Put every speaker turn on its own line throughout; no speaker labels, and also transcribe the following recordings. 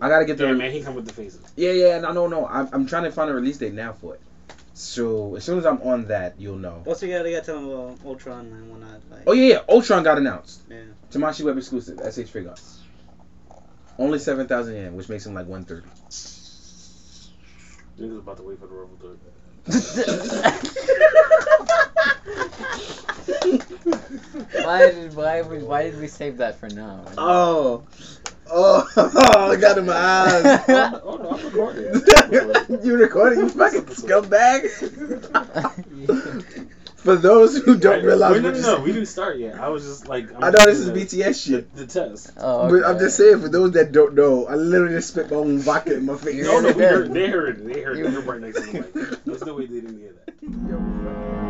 I gotta get the.
Yeah, man, he come with the phases.
Yeah, yeah, no, no, no. I'm, I'm trying to find a release date now for it. So as soon as I'm on that, you'll know.
Also, you gotta, you gotta tell them about Ultron and whatnot. Like,
Oh yeah, yeah. Ultron got announced.
yeah.
Tamashi Web exclusive. SH Figure. Only seven thousand yen, which makes him like one thirty.
Niggas about to wait for the Rumble to
Why did why we, why did we save that for now?
Oh.
Oh, I got in my eyes.
Oh, no, I'm recording.
you recording? You fucking scumbag. For those who don't realize,
Wait, no,
what
no,
you
no,
said-
we didn't start yet. I was just like, I'm
I know this is E.
doing
BTS
the,
shit.
the, the test.
Oh,
But I'm just saying, for those that don't know, I literally just spit my own vodka in my face.
No, no,
already
we
did.
heard, they heard it. They heard it.
You-
They were right next to the mic. There's no way they didn't hear that.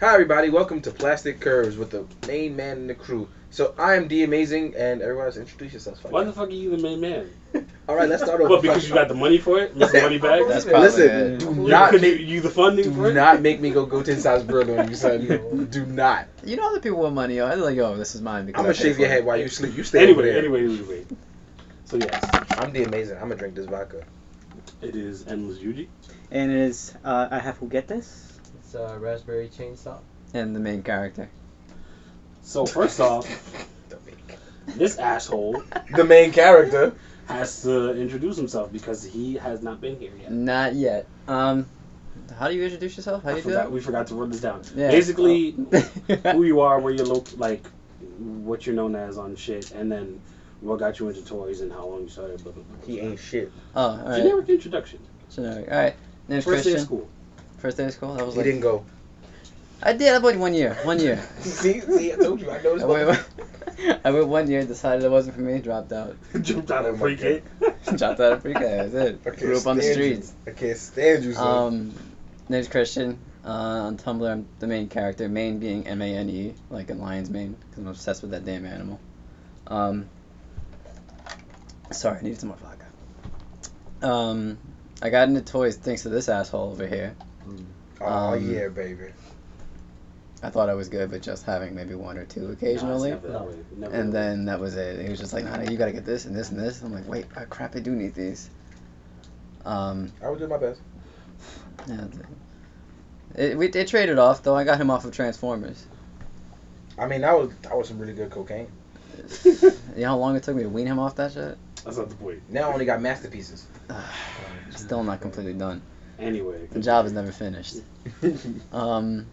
Hi everybody, welcome to Plastic Curves with the main man in the crew. So I am D Amazing, and everyone else introduce yourselves.
Why the fuck are you the main man?
All right, let's start over.
What, because you got the money for it? Mr.
That's
Moneybags?
probably
Listen,
it.
do
You-
not
could you,
make,
you the funding for
do
it?
not make me go go ten size burger on you, son. Do not.
You know the people with money. Yo, I like yo, this is mine. Because
I'm
I
gonna
paid
shave
for
your
it.
head while you sleep. You stay over
Anyway,
there.
anyway, anyway. So, yes,
I'm D Amazing. I'm gonna drink this vodka.
it is Endless Yuji.
And it is, uh, I have who get this?
It's uh, raspberry chainsaw.
And the main character.
So, first off, this asshole
The main character.
has to introduce himself because he has not been here yet.
Not yet. Um, how do you introduce yourself? How do
I
you do
forgot,
that?
we forgot to run this down.
Yeah. Oh.
Basically, who you are, where you look like, what you're known as on shit, and then what got you into toys and how long you started. Blah, blah, blah.
He ain't shit.
oh, all right.
Generic introduction.
Generic. All right. Name's
First day of
Christian.
school.
First day of school. That was
He
like
didn't go.
I did. I went one year. One year.
see, see, I told you. I know
I went, one- I went one year. Decided it wasn't for me. Dropped out.
Jumped out
Oh
of
my
free
God.
kick.
Dropped out of pre-K. That's it.
I can't
Grew up on the
stand you.
streets.
I can't stand you, son.
Um, name's Christian. Uh, on Tumblr, I'm the main character. Main being M A N E, like in Lion's Mane, because I'm obsessed with that damn animal. Um, sorry, I needed some more vodka. Um, I got into toys thanks to this asshole over here.
oh
um,
yeah, baby.
I thought I was good, but just having maybe one or two
No,
occasionally.
it's never that way. Never
And
that way.
then that was it. He was just like, "Nah, you gotta get this and this and this." I'm like, "Wait, oh, crap, I do need these." Um,
I would do my best.
yeah, it's- it, we it traded off though. I got him off of Transformers.
I mean, that was that was some really good cocaine.
You know how long it took me to wean him off that shit?
That's not the point.
Now I only got masterpieces.
Still not completely done.
Anyway.
The job is never finished. Um,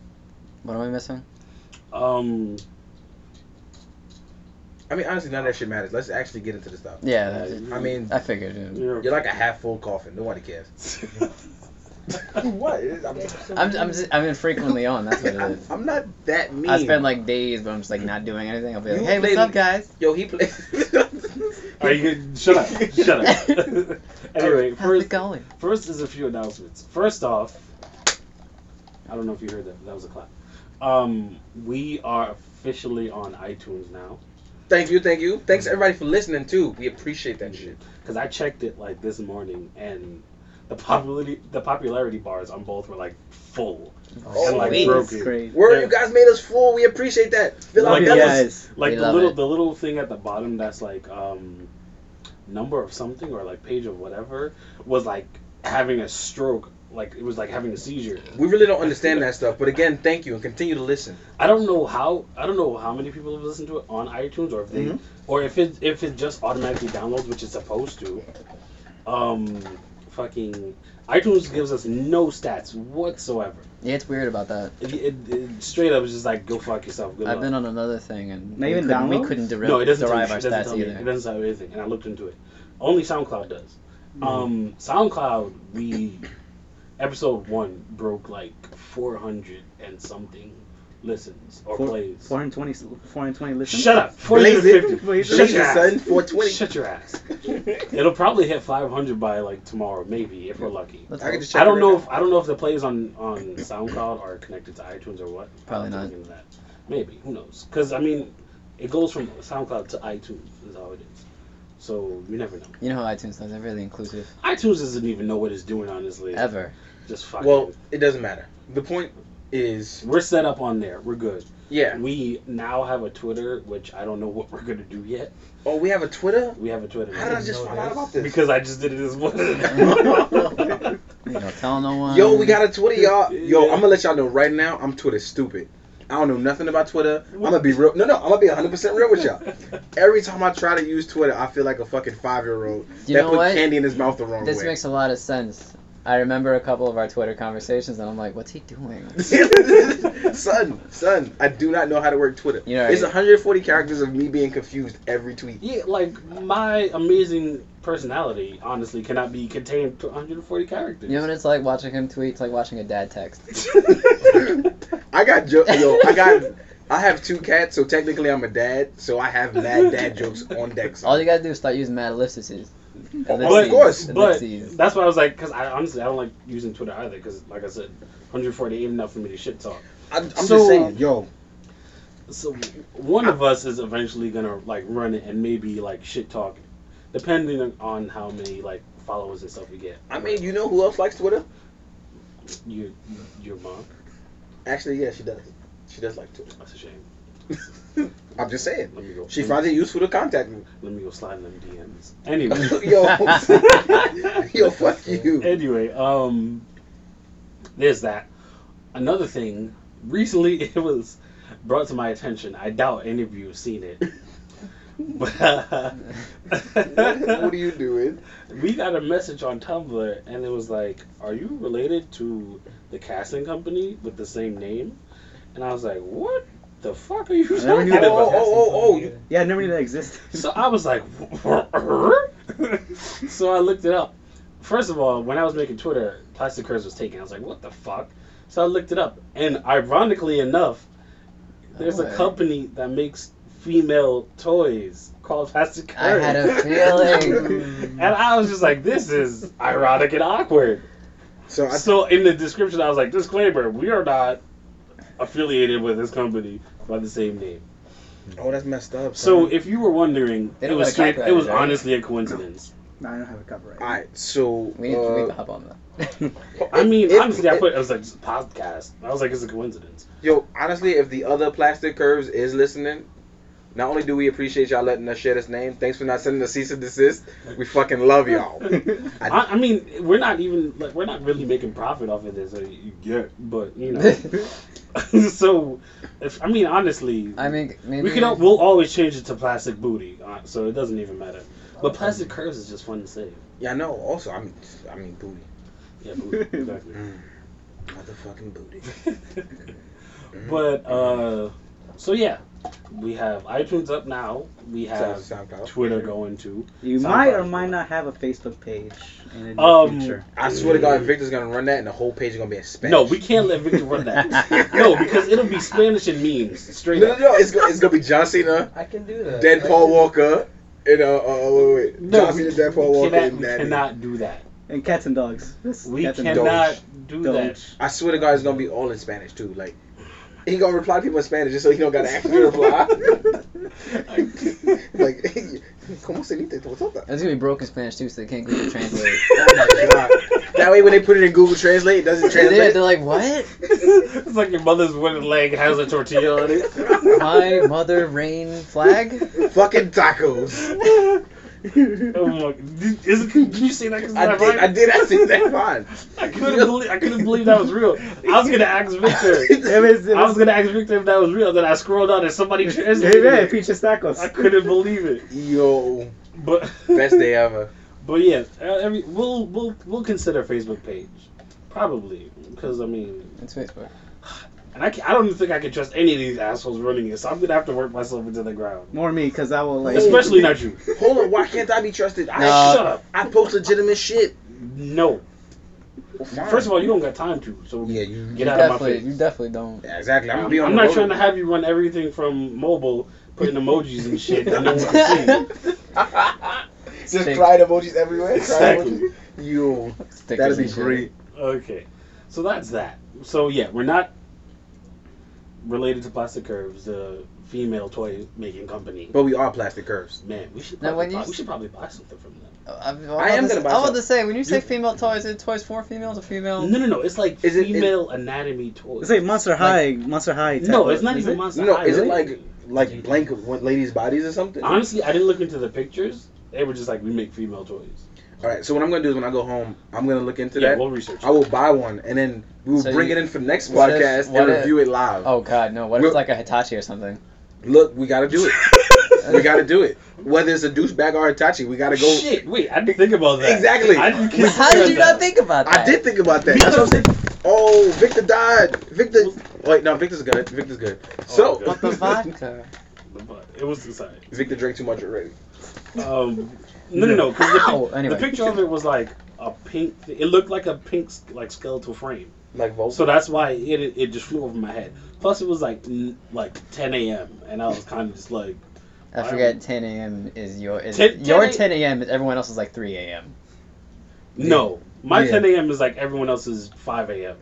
what am I missing?
Um,
I mean, honestly, none of that shit matters. Let's actually get into the stuff.
Yeah, that's it.
I mean,
I figured. yeah.
you're,
you're like a half full coffin. Nobody cares. what? I'm,
I'm I'm just, I'm infrequently on. That's what it
I'm,
is.
I'm not that mean.
I spend like days, but I'm just like not doing anything. I'll be like,
You
"Hey, what's
played-
up, guys?"
Yo, he plays.
Are you good? Shut up. Shut up. anyway,
How's it
first,
going?
first is a few announcements. First off, I don't know if you heard that. That was a clap. Um, we are officially on iTunes now
thank you, thank you. Thanks everybody for listening too. We appreciate that shit.
because I checked it like this morning and the popularity the popularity bars on both were like full.
Oh,
and, like,
sweet.
broken.
Word,
Yeah.
you guys made us full. We appreciate that. Fill out
Like,
that
that
list.
guys.
like
We
the
love
little
it.
the little thing at the bottom that's like um number of something or like page of whatever was like having a stroke like it was like having a seizure
We really don't understand that stuff, but again, thank you and continue to listen.
i don't know how i don't know how many people have listened to it on itunes or if they
Mhm.
Mm-hmm.
or if it if it just automatically downloads which it's supposed to um fucking itunes gives us no stats whatsoever
Yeah, it's weird about that.
it, it, it straight up is just like go fuck yourself good
I've
luck.
been on another thing, and
Not
we
even
couldn't, we
downloads?
couldn't deri-
no, it doesn't
derive
tell
our
me, it doesn't
stats
tell me, It
either.
doesn't tell me anything, and I looked into it. Only SoundCloud does.
Hmm.
Um, SoundCloud, we episode one broke like four hundred and something listens or
Four-
plays.
420, 420 listens.
Shut up.
Blaze it.
450.
Blaze
Shut
Blaze
your
it,
ass.
son. 420.
Shut your ass. It'll probably hit 500 by like tomorrow, maybe if we're lucky.
Let's
I can
hope.
just check
I don't
it
know
right
if I don't know if the plays on on SoundCloud are connected to iTunes or what.
Probably
I'm
not.
thinking That. Maybe who knows? Because I mean, it goes from SoundCloud to iTunes is how it is. So you never know.
You know how iTunes does. They're really inclusive.
iTunes doesn't even know what it's doing honestly.
Ever.
Just
now.
fucking.
Well, it doesn't matter. The point is,
we're set up on there. We're good.
yeah.
We now have a Twitter, which I don't know what we're gonna do yet.
Oh, we have a Twitter.
We have a Twitter.
How did I just
know
find out
this.
about this?
Because I just did it this morning.
You don't tell no one.
Yo, we got a Twitter, y'all. Yo,
Yeah.
I'm gonna let y'all know right now. I'm Twitter stupid. I don't know nothing about Twitter. I'm gonna be real. No, no, I'm gonna be 100 percent real with y'all. Every time I try to use Twitter, I feel like a fucking five year old
You
that
know
put
what?
candy in his mouth the wrong
This
way.
makes a lot of sense. I remember a couple of our Twitter conversations, and I'm like, what's he doing?
son, son, I do not know how to work Twitter.
You know,
It's
right?
140 characters of me being confused every tweet.
Yeah, like my amazing personality, honestly, cannot be contained to 140 characters.
You know what it's like watching him tweet? It's like watching a dad text.
I got jo- yo, I got, I have two cats, so technically I'm a dad, so I have mad dad jokes on deck.
All you gotta do is start using mad ellipses.
Oh, of course,
but
Ellipses.
that's why I was like, because I honestly I don't like using Twitter either, because like I said, 140 ain't enough for me to shit talk.
I'm, I'm
So-
just saying, yo,
So one of us is eventually gonna like run it and maybe like shit talk, depending on how many like followers and stuff we get.
I mean, you know who else likes Twitter?
your your mom.
Actually, yeah, she does. She does like Twitter.
That's a shame.
I'm just saying.
Let me go.
She
let,
finds it useful to contact me.
let me go slide in them DMs. Anyway.
yo, yo, fuck you.
anyway, um, there's that. Another thing, recently it was brought to my attention. I doubt any of you have seen it. But, uh,
what are you doing?
we got a message on Tumblr and it was like, Are you related to the casting company with the same name? And I was like, What the fuck are you
I never
talking
knew
Oh,
that
about?
oh, oh, oh, you-
Yeah, I never knew that existed.
So I was like, so I looked it up. First of all, when I was making Twitter, Plastic Curves was taken. I was like, what the fuck? So I looked it up, and ironically enough, there's a
Okay.
company that makes female toys called Plastic
I
Curves.
had a feeling.
and I was just like, this is ironic and awkward.
So I,
So in the description, I was like, disclaimer: we are not affiliated with this company by the same name.
oh, that's messed up.
So
son.
if you were wondering,
They
it
don't
was
have
straight, it was
copyrighted, right?
honestly a coincidence.
No, I don't have a copyright.
all right, so
We need,
uh,
we need to hop on that.
I mean,
It-
honestly, I
it-
put I was like podcast. I was like, it's a coincidence.
Yo, honestly, if the other Plastic Curves is listening, not only do we appreciate y'all letting us share this name, thanks for not sending us cease and desist. We fucking love y'all.
I, I mean, we're not even like we're not really making profit off of this. uh, you get, but you know. so, if I mean, honestly,
I mean, maybe
we can al- we'll always change it to plastic booty, uh, so it doesn't even matter. But plastic curves is just fun to say.
Yeah, I know. Also, I mean, I mean booty,
Yeah, booty. Exactly.
motherfucking booty. Mm-hmm.
but uh, so yeah, we have iTunes up now. We have
Sound- SoundCloud.
Twitter going too.
You
SoundCloud
might or
is
might
the-
not have a Facebook page in the near
Um,
future.
I swear to God, Victor's gonna run that, and the whole page is gonna be in Spanish.
No, we can't let Victor run that. no, because it'll be Spanish and memes
No,
straight
no,
up.
no. It's gonna, it's gonna be John Cena,
I can do that.
dead
I
Paul
can-
Walker, and uh, uh wait, wait, wait.
No,
John
we,
Cena, dead Paul
we
Walker,
cannot,
and
we
Natty.
cannot do that.
And cats and dogs. This
We
cats and
cannot
Doge.
do
Doge.
that.
I swear to God, it's gonna be all in Spanish too. Like, he gonna reply to people in Spanish just so he don't gotta actually reply. like, como se dice tortota?
It's gonna be broken Spanish too, so they can't Google Translate.
Oh my God. That way, when they put it in Google Translate, it doesn't
They're,
translate.
they're like, what?
it's like your mother's wooden leg has a tortilla on
My mother rain flag?
Fucking tacos.
it. oh my! Did, is it, did you say that? 'cause it's
I
not
did,
right?
I did actually that fine.
I couldn't believe. I couldn't believe that was real. I was gonna ask Victor.
It was, it
I was
was,
gonna ask Victor if that was real. Then I scrolled down and somebody translated.
yeah,
it.
features tacos.
I couldn't believe it.
Yo,
But
best day ever.
But yeah, uh, I mean, we'll we'll we'll consider Facebook page, probably because I mean,
It's Facebook.
and I, can, I don't think I can trust any of these assholes running it, so I'm gonna have to work myself into the ground.
More me, cause I will like.
Especially not you.
Uh, Hold on, why can't I be trusted? I,
Nah.
Shut up.
I post legitimate shit.
No.
fine.
First of all, you don't got time to. So
yeah, you.
Get
You
out of my
definitely,
face.
you definitely don't.
Yeah, exactly. I'm gonna be on.
I'm
the
not
road.
trying to have you run everything from mobile, putting emojis and shit that no one can see.
Just
Take-
cried emojis everywhere. cried
Exactly.
emojis. Yo,
Stickers
that'd be
and shit.
great.
Okay, so that's that. So yeah, we're not related to Plastic Curves, the female toy making company.
But we are plastic curves.
Man, we should
Now,
probably
when you
buy,
s-
we should probably buy something from them.
I, am
I am gonna
gonna.
buy
I was
some.
about to say when you say
You-
female toys, is it toys for females or female?
No, no, no. It's like
Is it- is-
female anatomy toys.
It's like Monster High, Monster High. type
no,
of-
it's not
is
even
it?
Monster
No,
High,
is it
really.
like like blank one ladies' bodies or something?
Honestly, I didn't look into the pictures. They were just like we make female toys.
All right. So what I'm gonna do is when I go home, I'm gonna look into
yeah,
that.
we'll research.
I will buy one, and then we will
So
bring
you-
it in for the next
what if-
podcast
what
and
if-
review it live.
Oh god, no. What if
We're-
it's like a Hitachi or something?
Look, we gotta do it. we gotta do it. Whether it's a douchebag or Hitachi, we gotta go.
Shit, wait, I didn't think about that.
Exactly.
I didn't
Wait,
How did you not think about that?
I did think about that.
Because-
That's what I'm saying. Oh, Victor died. Victor. Wait, no, Victor's good. Victor's good. So,
Oh,
But the vodka.
It was sorry.
Victor drank too much already.
Um, no, no, no. 'cause the pic-
How?
The,
Anyway.
picture of it was like a pink. It looked like a pink like skeletal frame.
Like Volk.
So that's why it it just flew over my head. Plus, it was like n- like 10 a.m. and I was kind of just like
I forget 10 a.m. is your is
10
your
10
10 a.m. is everyone else is like 3 a.m.
no. My
Yeah.
10 a.m. is like everyone else's 5 a.m.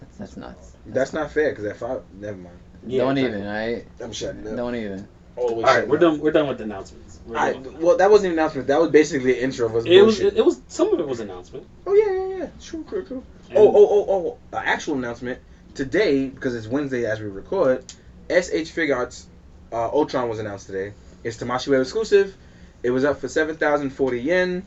That's, that's nuts.
That's not fair because if I never mind,
Yeah,
don't
exactly.
even. I
I'm shutting up.
don't even.
Always.
All right, we're
shutting up.
done. We're done with the announcements. We're
All
done.
right. Well, that wasn't an announcement. That was basically an intro of us.
It was.
bullshit.
It, it was. Some of it was announcement.
oh yeah, yeah, yeah. True, true, true.
And-
Oh, oh, oh, oh. An actual announcement today because it's Wednesday as we record. SH Fig Arts uh, Ultron was announced today. It's Tamashi Web exclusive. It was up for seven thousand forty yen.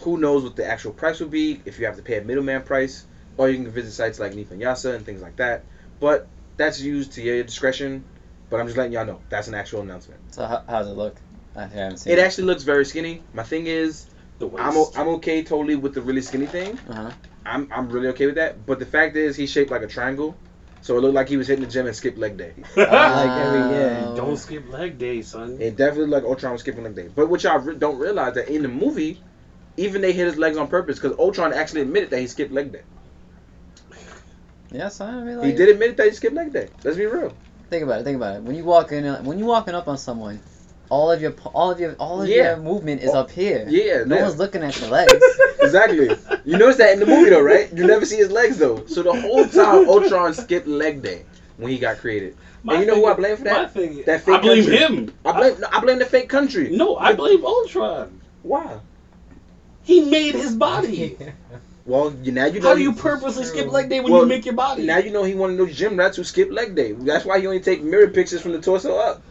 Who knows what the actual price will be if you have to pay a middleman price, or you can visit sites like Nipanyasa and things like that. But that's used to your discretion. But I'm just letting y'all know that's an actual announcement.
So how, how's it look? I haven't seen
It
it.
actually looks very skinny. My thing is,
the waist.
I'm o- I'm okay totally with the really skinny thing.
Uh-huh.
I'm I'm really okay with that. But the fact is, he's shaped like a triangle, so it looked like he was hitting the gym and skipped leg day.
I like every- yeah,
Oh.
Don't skip leg day, son.
It definitely looked like Ultron was skipping leg day. But what y'all re- don't realize that in the movie, even they hit his legs on purpose because Ultron actually admitted that he skipped leg day.
Oh, Yeah, son. I mean, like,
He did admit that he skipped leg day. Let's be real.
Think about it. Think about it. When you walk in, uh, when you walking up on someone, all of your, all of your, all of
Yeah.
your movement is
Oh,
up here.
Yeah,
No
yeah.
one's looking at your legs.
exactly. You notice that in the movie though, right? You never see his legs though. So the whole time Ultron skipped leg day when he got created.
My
and you know
thing-
who I blame for that?
my thing-
That fake
I blame
country.
him.
I blame no, I blame the fake country.
No, I blame Ultron.
Why?
He made his body.
Well, you- now you know.
How do you
he-
purposely skip leg day when
Well,
you make your body?
Now you know he wanted those gym rats who skip leg day. That's why he only take mirror pictures from the torso up.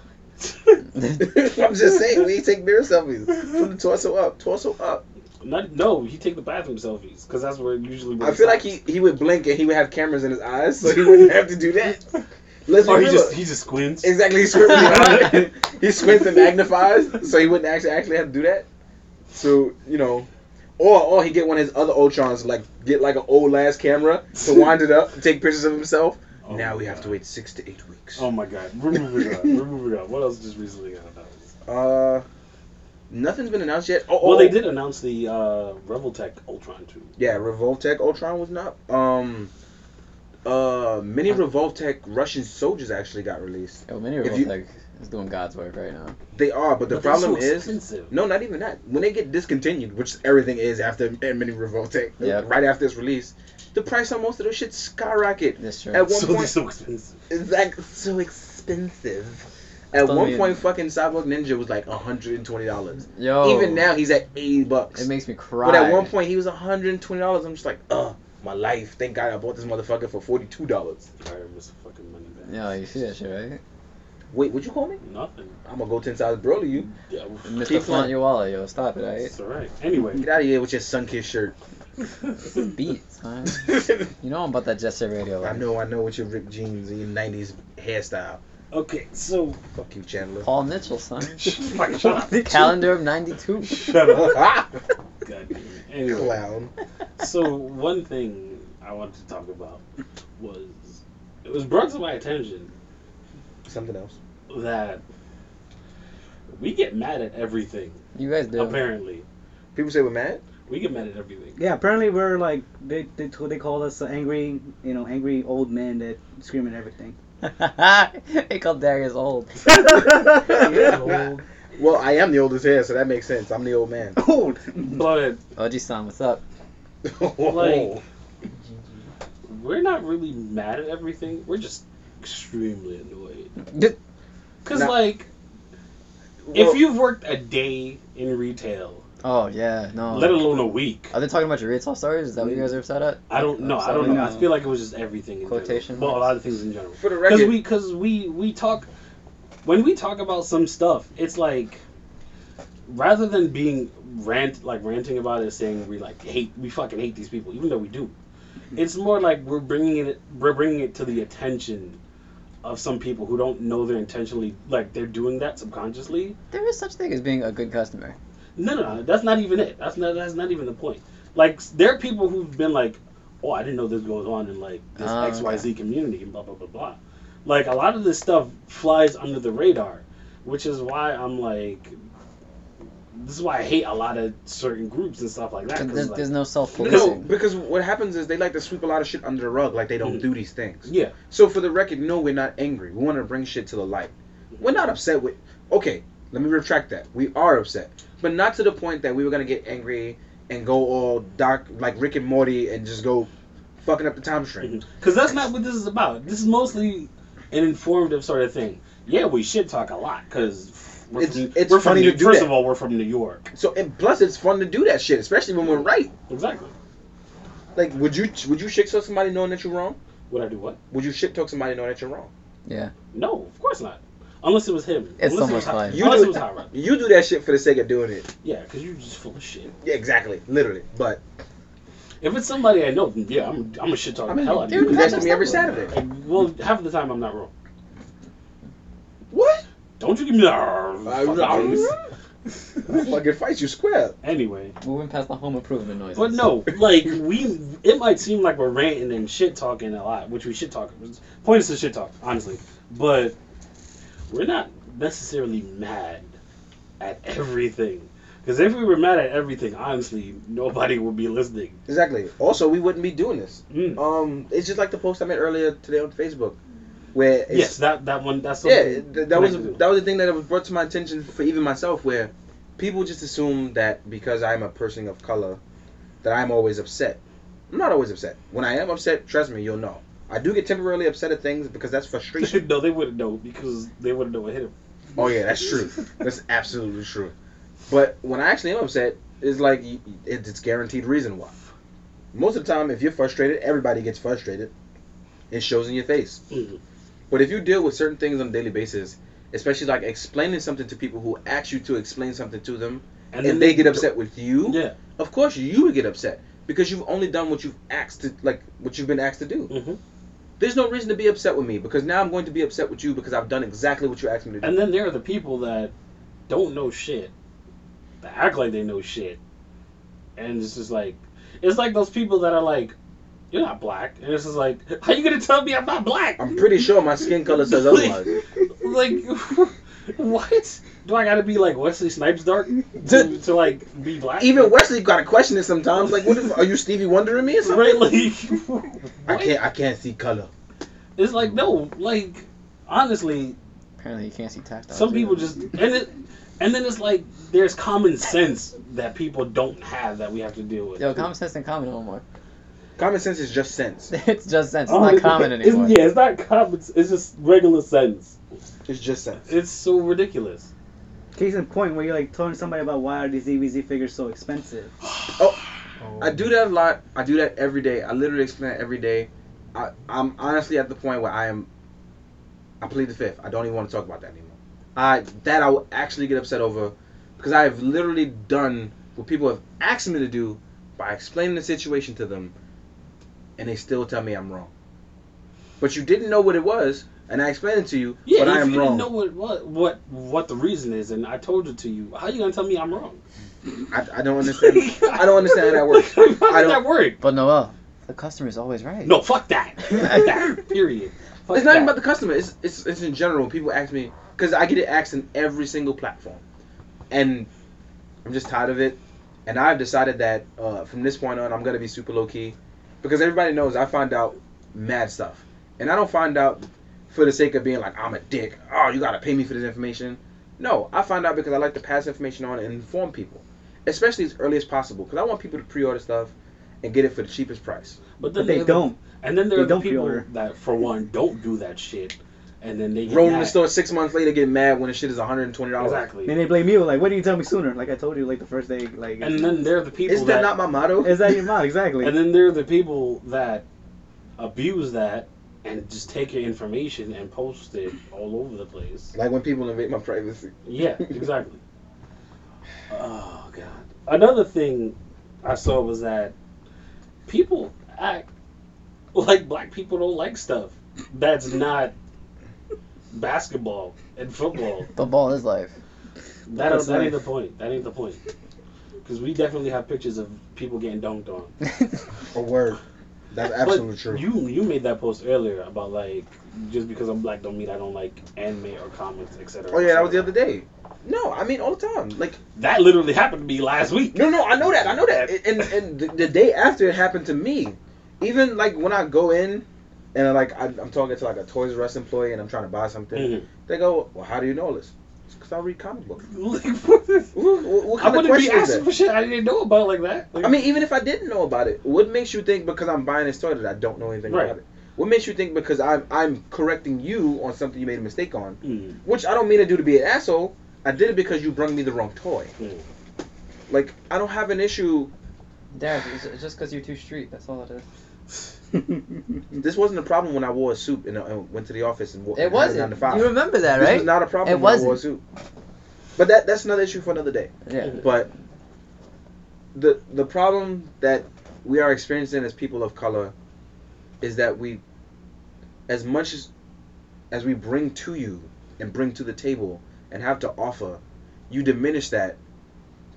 I'm just saying, we ain't take mirror selfies from the torso up, torso up.
Not, no, he take the bathroom selfies because that's where usually. where
I
it
feel like
stops.
he, he would blink and he would have cameras in his eyes, so he wouldn't have to do that. Let's be
Or Oh, he
real.
just he just squints.
exactly he squints. he squints and magnifies, so he wouldn't actually actually have to do that. So you know. Or, or he get one of his other Ultrons, like get like an old ass camera to wind it up, take pictures of himself.
Oh
now we
my
have to
God.
wait six to eight weeks.
Oh my god, we're moving on. We're moving on. What else just recently got announced?
Uh, nothing's been announced yet. Oh,
Well,
oh,
they did announce the uh, Reveltech Ultron two.
Yeah, Revoltech Ultron was not. Um, uh, many Revoltech Russian soldiers actually got released.
Yo, many
If
of
you-
like is doing God's work right now.
They are, but the
But they're
problem
so
is.
expensive.
No, not even that. When they get discontinued, which everything is after many Revoltech,
Yep.
right after it's released, the price on most of those shit skyrocket.
This
At
true.
one
so they're
point,
so expensive.
It's like so expensive. At
Still
one
need-
point, fucking Cyborg Ninja was like hundred and twenty dollars.
Yo.
Even now, he's at eighty bucks.
It makes me cry.
But at one point he was hundred and twenty dollars. I'm just like, ugh, my life. Thank God I bought this motherfucker for forty two dollars.
All right, Mr. Fucking Money Back.
Yo, you see that shit, right?
Wait, what you call me?
Nothing.
I'm gonna go ten size bro to you.
Yeah,
Keep
Mr. Flaunt
playing.
your wallet, yo. Stop it, alright?
it's all right. Anyway.
Get out of here with your sun kissed shirt.
This is beat, son. You know I'm about that Jet Set Radio.
I
life.
know, I know, with your ripped jeans and your nineties hairstyle.
okay, so
Fuck you, Chandler. Oh
Paul Mitchell, son.
fucking shut up.
Calendar of 92.
Shut up. God damn it. Anyway,
Clown.
so one thing I wanted to talk about was it was brought to my attention
Something else.
that we get mad at everything
You guys do.
apparently.
People say we're mad.
We get mad at everything.
Yeah, apparently we're like they they, t- they call us the angry you know angry old men that scream at everything.
they called Darius old.
old.
Well, I am the oldest here, so that makes sense. I'm the old man.
Old.
But
OG San, what's up?
Like-
GG.
we're not really mad at everything. We're just extremely annoyed.
D-
Cause
Nah.
like,
Well,
if you've worked a day in retail,
Oh yeah, no.
let alone a week,
Are they talking about your retail stories? Is that what you guys are upset at?
I don't know. I don't
Upsetting
know. I
us.
feel like it was just everything. In
Quotation
General. Well, a
marks.
lot of things in general.
for the
Because
record,
we, because we, we talk. When we talk about some stuff, it's like, rather than being rant like ranting about it, saying we like hate, we fucking hate these people, even though we do.
Mm-hmm.
It's more like we're bringing it, we're bringing it to the attention of some people who don't know they're intentionally like they're doing that subconsciously.
There is such thing as being a good customer.
No, no, no, that's not even it. That's not that's not even the point. Like s- there are people who've been like, oh, I didn't know this goes on in like this
Ah,
X Y Z community and blah blah blah blah. Like a lot of this stuff flies under the radar, which is why I'm like, this is why I hate a lot of certain groups and stuff like that. 'cause,
There's,
like,
there's no self
no,
policing.
because what happens is they like to sweep a lot of shit under the rug, like they don't
Mhm.
do these things.
yeah,
So for the record, no, we're not angry. We want to bring shit to the light. We're not upset with. Okay, let me retract that. We are upset, but not to the point that we were gonna get angry and go all dark like Rick and Morty and just go fucking up the time stream.
because that's not what this is about. This is mostly an informative sort of thing. Yeah, we should talk a lot because we're
It's-
from,
it's
we're from
funny
New,
to do
First
that.
of all, we're from New York.
So and plus, it's fun to do that shit, especially when we're right.
Exactly.
Like, would you would you shit talk somebody knowing that you're wrong?
Would I do what?
Would you shit talk somebody knowing that you're wrong?
Yeah.
No, of course not. Unless it was him.
It's
Unless
so
it was
much
Hy-
fun.
You
Unless
do-
it was Hot Rod.
You do that shit for the sake of doing it.
Yeah, because you're just full of shit.
Yeah, exactly, literally. But
If it's somebody I know, then yeah, I'm, I'm a shit talk
I mean,
the hell out of
you
dude,
do
you.
that
that's
to
just
me every
not-
Saturday.
Like, well, half of the time I'm not wrong.
What?
Don't you give me that.
I fucking fight you square.
anyway,
Moving past the home improvement noises.
but no, like we, it might seem like we're ranting and shit talking a lot, which we should talk. Point is to shit talk, honestly. But we're not necessarily mad at everything. Because if we were mad at everything, honestly, nobody would be listening.
Exactly. Also, we wouldn't be doing this.
Mm.
Um, it's just like the post I made earlier today on Facebook, where it's,
yes, that that one. That's
yeah,
something
th- that was
connected to
that was the thing that was brought to my attention for even myself, where people just assume that because I'm a person of color, that I'm always upset. I'm not always upset. When I am upset, trust me, you'll know. I do get temporarily upset at things because that's frustration.
no, they wouldn't know because they wouldn't know what hit him.
oh yeah, that's true. That's absolutely true. But when I actually am upset, it's like y- y- it's it's guaranteed reason why. Most of the time, if you're frustrated, everybody gets frustrated. It shows in your face. But if you deal with certain things on a daily basis, especially like explaining something to people who ask you to explain something to them, and,
then
they get upset with you,
Yeah.
of course you would get upset because you've only done what you've asked to, like what you've been asked to do.
hmm
There's no reason to be upset with me because now I'm going to be upset with you because I've done exactly what you asked me to do.
And then there are the people that don't know shit, that act like they know shit, and it's just like, it's like those people that are like, you're not black, and it's just like, how you gonna tell me I'm not black?
I'm pretty sure my skin color says otherwise.
like, what? Do I gotta be like Wesley Snipes dark to, to like be black?
Even Wesley got to question it sometimes. Like, what the f- are you Stevie wondering me or
right?
something?
Like,
I can't. I can't see color.
It's like no, like honestly,
Apparently, you can't see tactile.
some
too.
people just and it, and then it's like there's common sense that people don't have that we have to deal with.
Yo, common sense and common no more.
Common sense is just sense.
It's just sense. It's
Oh,
not
it-
common
it's-
anymore.
yeah, it's not common. s- It's just regular sense.
It's just sense.
It's so ridiculous.
Case in point, where you're like telling somebody about why are these EVZ figures so expensive?
Oh.
I do that a lot. I do that every day. I literally explain it every day. I, I'm honestly at the point where I am. I plead the fifth. I don't even want to talk about that anymore. I that I will actually get upset over, because I have literally done what people have asked me to do by explaining the situation to them, and they still tell me I'm wrong. But you didn't know what it was, and I explained it to you.
Yeah,
but I
if
am
you didn't
wrong.
know what, what what what the reason is, and I told it to you, how you gonna tell me I'm wrong?
I, I don't understand. I don't understand how that works.
how does
I don't-
that work?
But Noel, the customer is always right.
No, fuck that. Fuck that. Period. Fuck
it's not even
that.
about the customer. It's it's, it's in general. People ask me because I get it asked in every single platform, and I'm just tired of it. and I've decided that uh, from this point on, I'm gonna be super low key, because everybody knows I find out mad stuff, and I don't find out for the sake of being like I'm a dick. Oh, you gotta pay me for this information. No, I find out because I like to pass information on and inform people, especially as early as possible, because I want people to pre-order stuff and get it for the cheapest price.
But then
But they
there are the-
don't.
And then there
They
are the
don't
people
pre-order.
that, for one, don't do that shit, and then they get
Roll in the
mad.
store six months later, get mad when the shit is 120 dollars.
Exactly.
Then they blame you. Like, why didn't you tell me sooner? Like I told you, like the first day. Like,
and then there are the people
Isn't that not my motto?
is that your mom exactly?
and then there are the people that abuse that and just take your information and post it all over the place.
Like when people invade my privacy.
Yeah, exactly. oh god. Another thing I saw was that people act like black people don't like stuff that's not basketball and football.
Football is life.
That,
That's
that ain't the
life.
point. That ain't the point. Because we definitely have pictures of people getting dunked on.
A word. That's absolutely
But
true.
You you made that post earlier about like just because I'm black don't mean I don't like anime or comics, etc.
oh yeah, that was the other day. No, I mean all the time. Like
That literally happened to me last week.
no, no, I know that, I know that. And and- and the, the day after it happened to me, even like when I go in and like I, I'm talking to like a Toys R Us employee and I'm trying to buy something,
Mhm.
they go, "Well, how do you know all this?" Because I read comic books.
Like, what the-
What, what, what
I
kind
wouldn't
of
be
question is
asking
that?
for shit I didn't know about like that. Like,
I mean, even if I didn't know about it, what makes you think because I'm buying this toy that I don't know anything
Right.
about it? What makes you think because I'm I'm correcting you on something you made a mistake on,
mm,
which I don't mean to do to be an asshole. I did it because you brung me the wrong toy.
mm.
Like I don't have an issue.
Dad, it's it's just because you're too street. That's all it is.
This wasn't a problem when I wore a suit and, uh, and went to the office and wore
It wasn't. You remember that,
This
right?
was not a problem.
It
when I wore a
wasn't.
suit. But that that's another issue for another day.
Yeah.
But the the problem that we are experiencing as people of color is that we, as much as as we bring to you and bring to the table and have to offer, you diminish that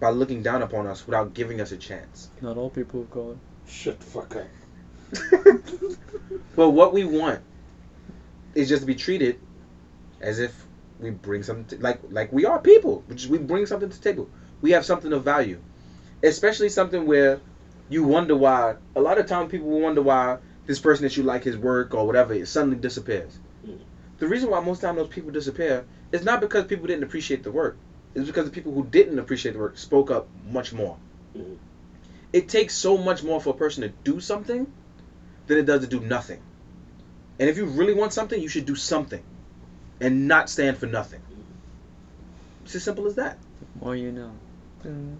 by looking down upon us without giving us a chance.
Not all people of color.
Shut the fuck up.
But what we want is just to be treated as if we bring something to, like like we are people, which is we bring something to the table. We have something of value, especially something where you wonder why. A lot of time people will wonder why this person that you like his work or whatever it suddenly disappears.
Mm.
The reason why most time those people disappear is not because people didn't appreciate the work. It's because the people who didn't appreciate the work spoke up much more.
Mm.
It takes so much more for a person to do something than it does to do nothing. And if you really want something, you should do something and not stand for nothing. It's as simple as that.
More you know.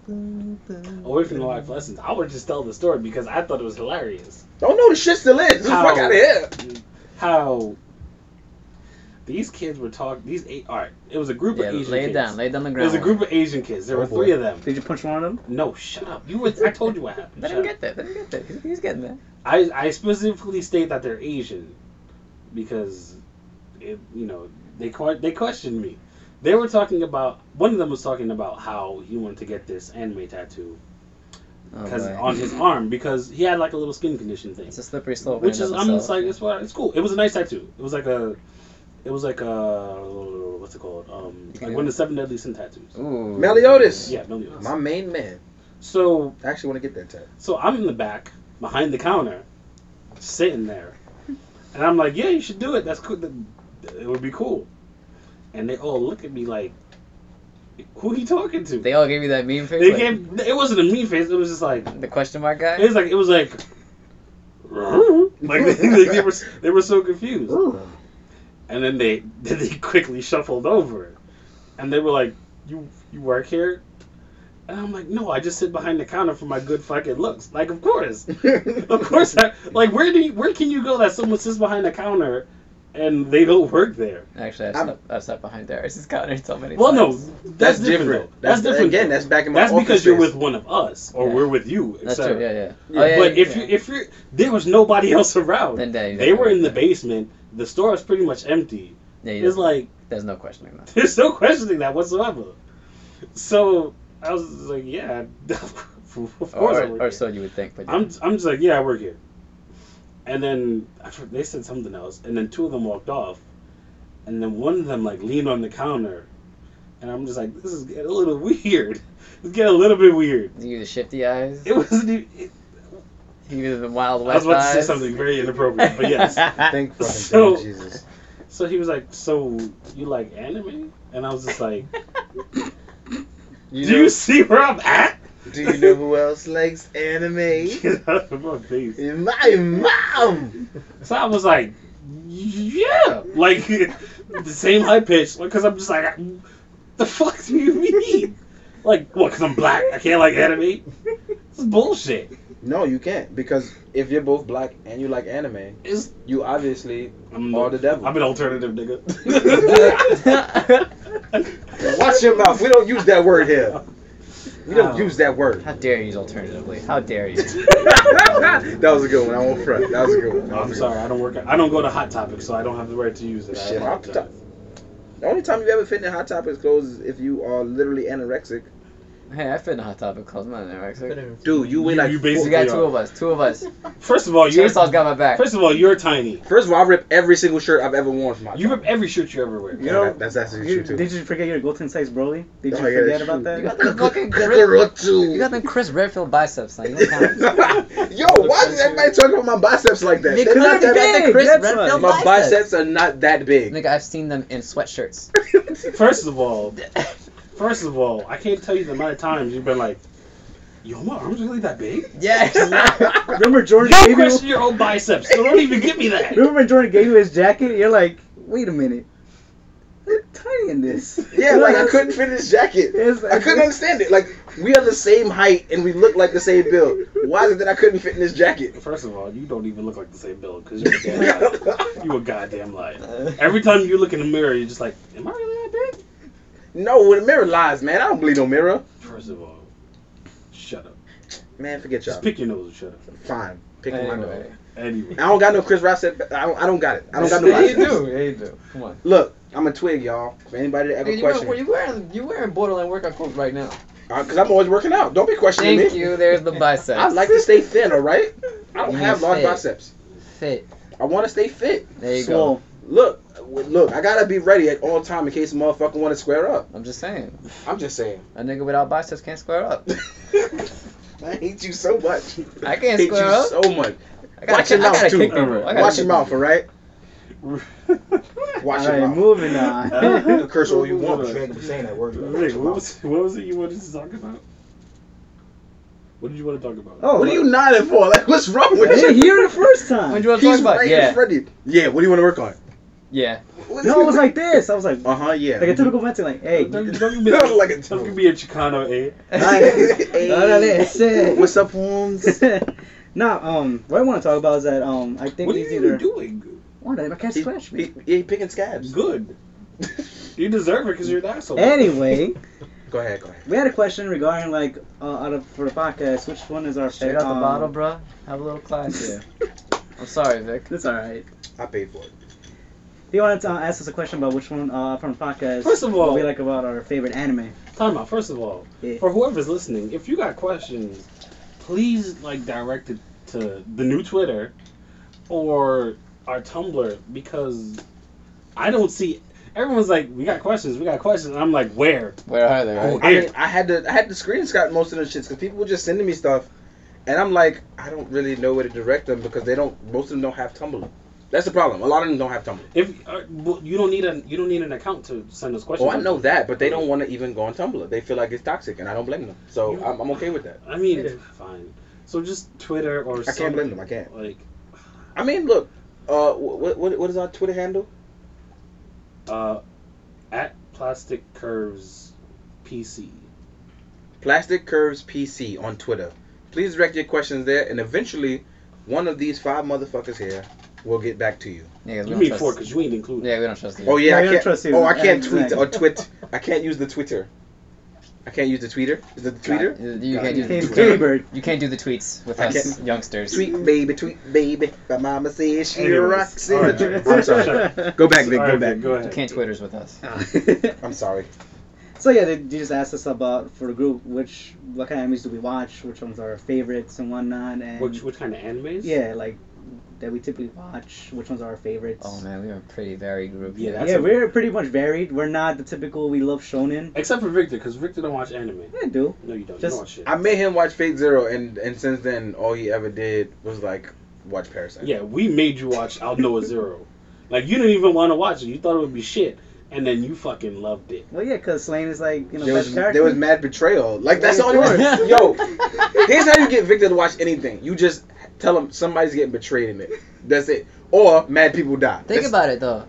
Away from the life lessons. I would just tell the story because I thought it was hilarious.
Don't know the shit still is. Get the fuck
How-
out of here.
How these kids were talking. These eight. All right, it was a group
Yeah,
of Asian
lay it
kids.
down. Lay it down on the
There
ground.
was a group of Asian kids. There
Oh,
were
boy.
three of them.
Did you punch one of them?
No, shut up. You were, I told you what happened.
Let
Shut
him
up.
get there. Let him get there. He's, he's getting there.
I, I specifically state that they're Asian because it, you know they que- they questioned me. They were talking about one of them was talking about how he wanted to get this anime tattoo
Oh,
because
boy.
on his arm because he had like a little skin condition thing,
It's a slippery slope. in
which
and
is
of
I'm just
itself.
like it's what it's cool. It was a nice tattoo. It was like a it was like a what's it called um
You can
like
do
one of
it.
the seven deadly sin tattoos.
Ooh.
Meliodas.
Yeah, millions.
My main man.
So
I actually want to get that tattoo.
So I'm in the back, behind the counter, sitting there, and I'm like, "Yeah, you should do it. That's cool. Th- It would be cool." And they all look at me like, "Who are you talking to?"
They all gave you that meme face.
They
like,
gave. It wasn't a mean face. It was just like
the question mark guy.
it was like it was like. like they, they were they were so confused,
Um,
and then they then they quickly shuffled over, and they were like, "You you work here?" And I'm like, "No, I just sit behind the counter for my good fucking looks." Like, of course, of course, I, like where do you, where can you go that someone sits behind the counter and they don't work there?
Actually, I've
I'm-
slept, I've slept behind Darius's counter so many
Well, no,
times.
that's,
That's
different.
different.
though. That's,
That's-
different.
again,
though.
that's back in my
That's
office
because you're
space.
with one of us, or
Yeah.
we're with you,
That's
etc.
true. Yeah, yeah.
Yeah.
Oh, yeah
but
yeah,
if
yeah.
you if you're there was nobody else around.
Then they-
they were in the basement. The store is pretty much empty.
yeah, you
It's
don't-
like
there's no questioning that.
there's no questioning that whatsoever. So I was just like, yeah, of course. I
Or,
work
or
here.
so you would think, but
I'm I'm just like, yeah, I work here. And then I for- they said something else, and then two of them walked off, and then one of them like leaned on the counter, and I'm just like, this is getting a little weird. It's getting a little bit weird.
Did you give the shifty eyes?
It wasn't. Even, it,
You give the wild
I was
west eyes?
about to say something very inappropriate, but yes.
Thank fucking
So-
thank Jesus.
So he was like, so you like anime? And I was just like,
You
do
know,
you see where I'm at?
do you know who else likes anime?
Get out of my face.
My mom.
So I was like, yeah, like the same high pitch, because I'm just like, the fuck do you mean? Like, what? Because I'm black, I can't like anime. It's bullshit.
No, you can't because if you're both black and you like anime,
It's
you obviously
I'm
are the devil.
I'm an alternative nigga.
Watch your mouth. We don't use that word here. We don't
Oh.
use that word.
How dare you, alternatively? How dare you?
that was a good one. I won't front. That was a good one. That was
I'm
a good
sorry, I don't work. I don't go to Hot Topics, so I don't have the right to use it. I
Shit, Hot
apologize.
one. The only time you ever fit in Hot Topics clothes is if you are literally anorexic.
hey, I fit in Hot Topic clothes. I'm not anorexic.
Dude, you weigh
You-
like.
you
We
basically-
got two of us. Two of us.
First of all, you're
Chainsaw's got my back.
first of all you're tiny.
First of all, I rip every single shirt I've ever worn from Hot
You
Topic.
rip every shirt you ever wear.
Yeah,
You know,
that- that's actually
You,
true too.
did you forget your Goten size Broly? Did you
Oh, yeah,
forget
that's
about
true.
that?
You got them fucking
Kakarotu.
You got them Chris Redfield biceps. Son. You don't count.
Yo, why is everybody talking about my biceps like that?
Because
They're not that
you got the
big,
Chris
that's why.
Redfield
My
biceps.
biceps are not that big.
Nigga, I've seen them in sweatshirts.
First of all, First of all, I can't tell you the amount of times you've been like, yo, my arms really that big?
yes.
Remember Jordan
Don't
gave
question
you.
your own biceps. So don't even give me that.
Remember when Jordan gave you his jacket? You're like, wait a minute, I'm tiny in this.
Yeah, like I couldn't fit his jacket.
It's-
I couldn't understand it. Like we are the same height and we look like the same build. Why is it that I couldn't fit in this jacket?
First of all, you don't even look like the same build because you're a damn liar. You a goddamn liar. Every time you look in the mirror, you're just like, am I really that big?
no, when the mirror lies, man. I don't believe no mirror.
First of all, shut up.
Man, forget y'all.
Just pick your nose and shut up.
Fine, pick my nose.
anyway.
Anyway.
I don't got no Chris Rock. set- I don't. I don't got it. I don't got no.
Yeah, you
biceps.
do. Yeah, you do. Come on. Look.
Look, I'm a twig, y'all. For anybody to ever
Dude, you
question,
wearing, you wearing you wearing borderline workout clothes right now.
because I'm always working out. Don't be questioning
Thank
me.
you. There's the biceps.
I like to stay thin, all right? I don't
You
have large
fit.
biceps.
fit.
I want to stay fit.
There you
Swole.
Look, look, I gotta be ready at all time in case a motherfucker want to square up.
go. I'm just saying,
I'm just saying.
a nigga without biceps can't square up.
I hate you so much.
I can't
hate
square
you
up.
so much.
I
Watch your
I gotta
mouth, too.
kick people. I gotta
Watch
kick
your mouth, all right? Watch
All
your
right,
mouth.
moving on.
You can curse all you want, but you ain't gonna be saying that word. Watch
Rick,
your
what
mouth.
was, what was it you wanted to talk about? What did you want to talk about?
Oh,
What are you nodding for? Like, what's wrong
I
with
didn't
you?
hear it the first
When
time.
you want to talk
He's
about?
right in
yeah.
front of you. Yeah, what do you want to work on?
yeah.
No, it was like this. I was like,
Uh huh, yeah.
like a typical Mexican, like, hey,
Don't, don't give me
Like a-
don't give me a Chicano, eh?
Hey.
Órale, ese.
What's up, Holmes?
nah, um, what I want to talk about is that, um, I think
What are
he's
you
either.
doing?
What? I can't
He,
scratch
he,
me.
he picking scabs.
Good. You deserve it because you're an asshole.
Anyway,
Go ahead, go ahead.
we had a question regarding like uh, out of for the podcast, which one is our um,
Straight
favorite?
out the bottle, bruh. Have a little class here. I'm sorry, Vic.
That's all right.
I paid for it.
He wanted to uh, ask us a question about which one uh, from the podcast.
First of all-
what we like about our favorite anime.
Time out. First of all,
Yeah.
for whoever's listening, if you got questions, please like direct it to the new Twitter or our Tumblr because I don't see. Everyone's like, we got questions, we got questions. And I'm like, where?
Where are they?
Oh,
right?
Right?
I
Here.
mean, I had to I had to screenshot most of the shits because people were just sending me stuff, and I'm like, I don't really know where to direct them because they don't. Most of them don't have Tumblr. That's the problem. A lot of them don't have Tumblr.
If uh, well, you don't need an you don't need an account to send us questions.
Oh, I know that, but they don't want to even go on Tumblr. They feel like it's toxic, and I don't blame them. So I'm, I'm okay with that.
I mean,
It is.
fine. So just Twitter or
I can't blame them. I can't.
Like,
I mean, look, uh, what what, what is our Twitter handle?
uh, at Plastic Curves PC.
Plastic Curves PC on Twitter. Please direct your questions there, and eventually, one of these five motherfuckers here will get back to you.
Niggas, we
You
don't
mean
trust-
four because you ain't included.
Yeah, we don't trust you.
Oh yeah,
Yeah,
I
you don't
can't.
trust you.
oh, I can't tweet
Exactly.
or twit. I can't use the Twitter. I can't use the tweeter. Is it the tweeter?
You can't do
Hey,
the
Tweet. Twitter.
Tweety
tweets.
Bird.
You can't do the tweets with
I
us
can't.
youngsters.
Tweet baby, tweet baby. My mama says she
Anyways,
rocks. in
alright,
the
alright.
dr- I'm sorry. Go back, Vic.
All
Go
right,
back.
Vic, Go
You
ahead.
can't Twitters with us.
I'm sorry.
so yeah, they they just asked us about for the group which what kind of animes do we watch, which ones are our favorites and whatnot, and
Which which kind of animes?
yeah, like that we typically watch, which ones are our favorites.
Oh man, we were a pretty varied group.
Yeah,
here.
that's
yeah,
a-
we're pretty much varied. We're not the typical we love shonen.
Except for Victor, because Victor don't watch anime.
I do.
No, you don't.
Just-
you don't watch shit.
I made him watch Fate Zero, and and since then, all he ever did was like watch Parasite.
Yeah, we made you watch I'll Know a Zero. Like you didn't even want to watch it. You thought it would be shit, and then you fucking loved it.
Well, yeah, because Slane is like you know
There
best
was,
character.
there was mad betrayal. Like that's the
Of
only
course.
one. Yo, here's how you get Victor to watch anything. You just tell him somebody's getting betrayed in it. That's it. Or mad people die.
Think
That's-
about it though.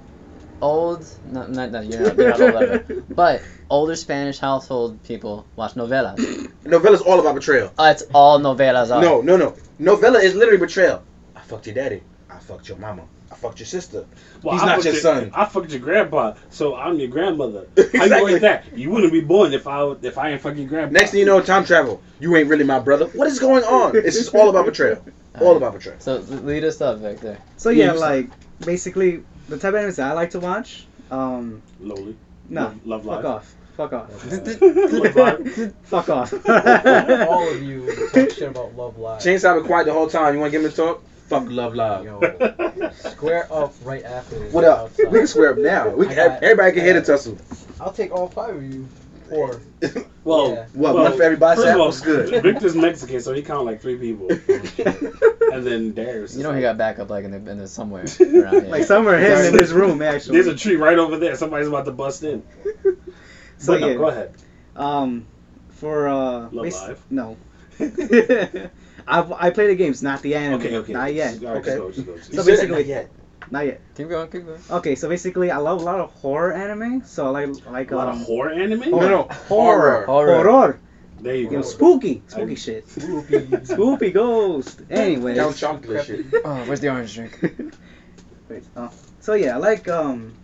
Old, no, not, no, you're not, you're not old, whatever. but older Spanish household people watch novelas.
Novella's all about betrayal.
Uh, it's all novelas are.
No, no, no. Novella is literally betrayal. I fucked your daddy. I fucked your mama. I fucked your sister.
Well,
He's
I
not
fucked
your son.
I fucked your grandpa, so I'm your grandmother. How you
Exactly.
like that? You wouldn't be born if I if I ain't fucking grandpa.
Next thing you know, time travel. You ain't really my brother. What is going on? It's just all about betrayal. All about betrayal.
So l- lead us up, Victor.
So
Yeah,
yeah,
you
like basically the type of animes that I like to watch. Um,
Lowly.
no,
Love- Love
fuck
Live.
off, fuck off,
Live.
fuck off.
All of you talk shit about Love Live.
Chainsaw been quiet the whole time. You want to give him the talk? Fuck love, love.
Yo, square up right after this.
What up?
outside.
We can square up now. We can, everybody can hear the tussle.
I'll take all five of you. Or
Well,
Yeah.
What,
well,
one for every bicep?
first of all,
What's good?
Victor's Mexican, so he count like three people, and then there's
You know he got backup like in the, in the somewhere around here.
like somewhere him in his room actually.
there's a tree right over there. Somebody's about to bust in.
So,
But no,
yeah.
go ahead.
Um, for uh,
Love
bas-
Live?
No, I've, I play the games, not the anime.
Okay, okay.
Not yet.
Just- all right,
Okay.
just go, just go, just go.
So
said it,
basically-
not yet.
Not yet.
Keep going, keep going.
Okay, so basically, I love a lot of horror anime. So I like like
a lot of
um,
horror anime.
No, no. Horror.
Horror.
horror,
There you
you
go.
know, spooky, spooky
I-
shit,
Spoopy.
spooky ghost. Anyway.
Count chocolate shit.
Oh, where's the orange drink?
Wait, oh. So yeah, I like um,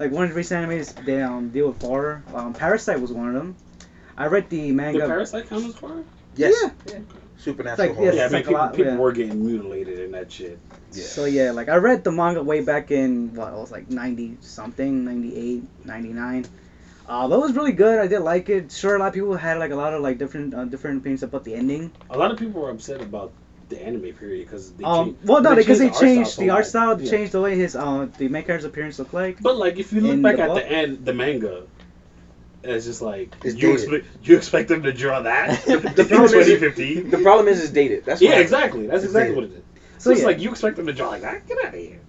like one of the recent animes they um deal with horror. Um, Parasite was one of them. I read the
Did
manga.
Parasite count as horror?
Yes.
Yeah.
Supernatural
It's like,
horror.
yeah, I mean,
it's like a
people,
lot-
people
yeah.
were getting mutilated in that shit.
Yeah.
So yeah, like I read the manga way back in what it was like 90 something, 98, 99. Uh, but it was really good. I did like it. Sure, a lot of people had like a lot of like different uh, different opinions about the ending.
A lot of people were upset about the anime period because they
Um,
changed-
well, no, because they changed the art
so
style,
much.
they
Yeah.
changed the way his uh, the main character's appearance looked like.
But like, if you look
In
back
the
at
book?
the end, the manga, it's just like
It's
you
dated.
expect you expect them to draw that in
The
problem is-
2015.
The problem is it's dated. That's
Yeah,
why.
exactly. That's
It's
exactly
dated.
what it is. So
So
it's
yeah.
like you expect them to draw like that. Get out of here.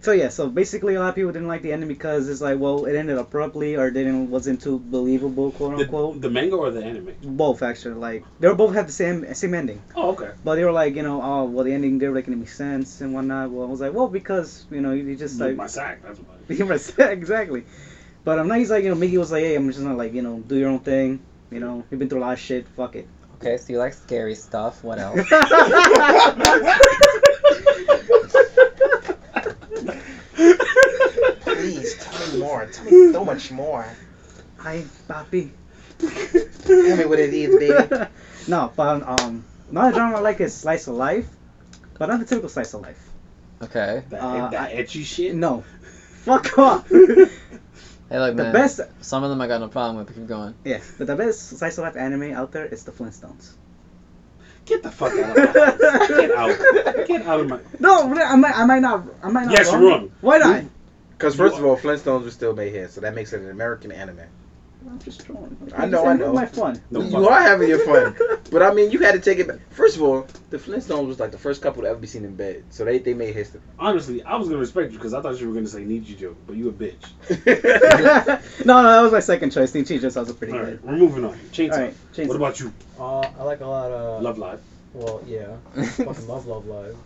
So yeah, so basically a lot of people didn't like the ending because it's like, well, it ended abruptly or didn't wasn't too believable, quote
The,
unquote.
the manga or the anime?
both actually, like they were both had the same same ending,
Oh, okay.
but they were like, you know, oh well, the ending didn't make any sense and whatnot. Well, I was like, well, because you know, you you just like
my sack. That's what. I-
exactly. But I'm not. He's like, you know, Mickey was like, hey, I'm just gonna like, you know, do your own thing. You know, you've been through a lot of shit. Fuck it.
Okay, so you like scary stuff. What else?
Please tell me more. Tell me so much more.
Hi, papi.
Tell me what it is, baby.
no, but um, another genre I like is slice of life, but not the typical slice of life.
Okay.
That,
Uh,
that
I-
etchy shit.
No, fuck off.
the
Hey, look,
The
man.
best,
Some of them I got no problem with. but Keep going.
yeah, but the best slice of life anime out there is the Flintstones.
Get the fuck out of my house. Get out. Get out of my.
No, really, I might, I might not, I might not.
Yes, you're wrong.
Why not?
Because first of all, Flintstones were still made here, so that makes it an American anime.
I'm just trolling.
I know, I know.
My fun.
No,
you
fuck.
are having your fun, but I mean, you had to take it back. First of all, the Flintstones was like the first couple to ever be seen in bed, so they, they made history.
Honestly, I was gonna respect you because I thought you were gonna say Nietzsche joke, but you a bitch.
no, no, that was my second choice. The Cheetahs also pretty
All right,
good.
we're moving on. Chainsaw.
All right, Chainsaw.
What about you?
Uh, I like a lot of.
Love Live.
Well, yeah. Fucking love Love Live.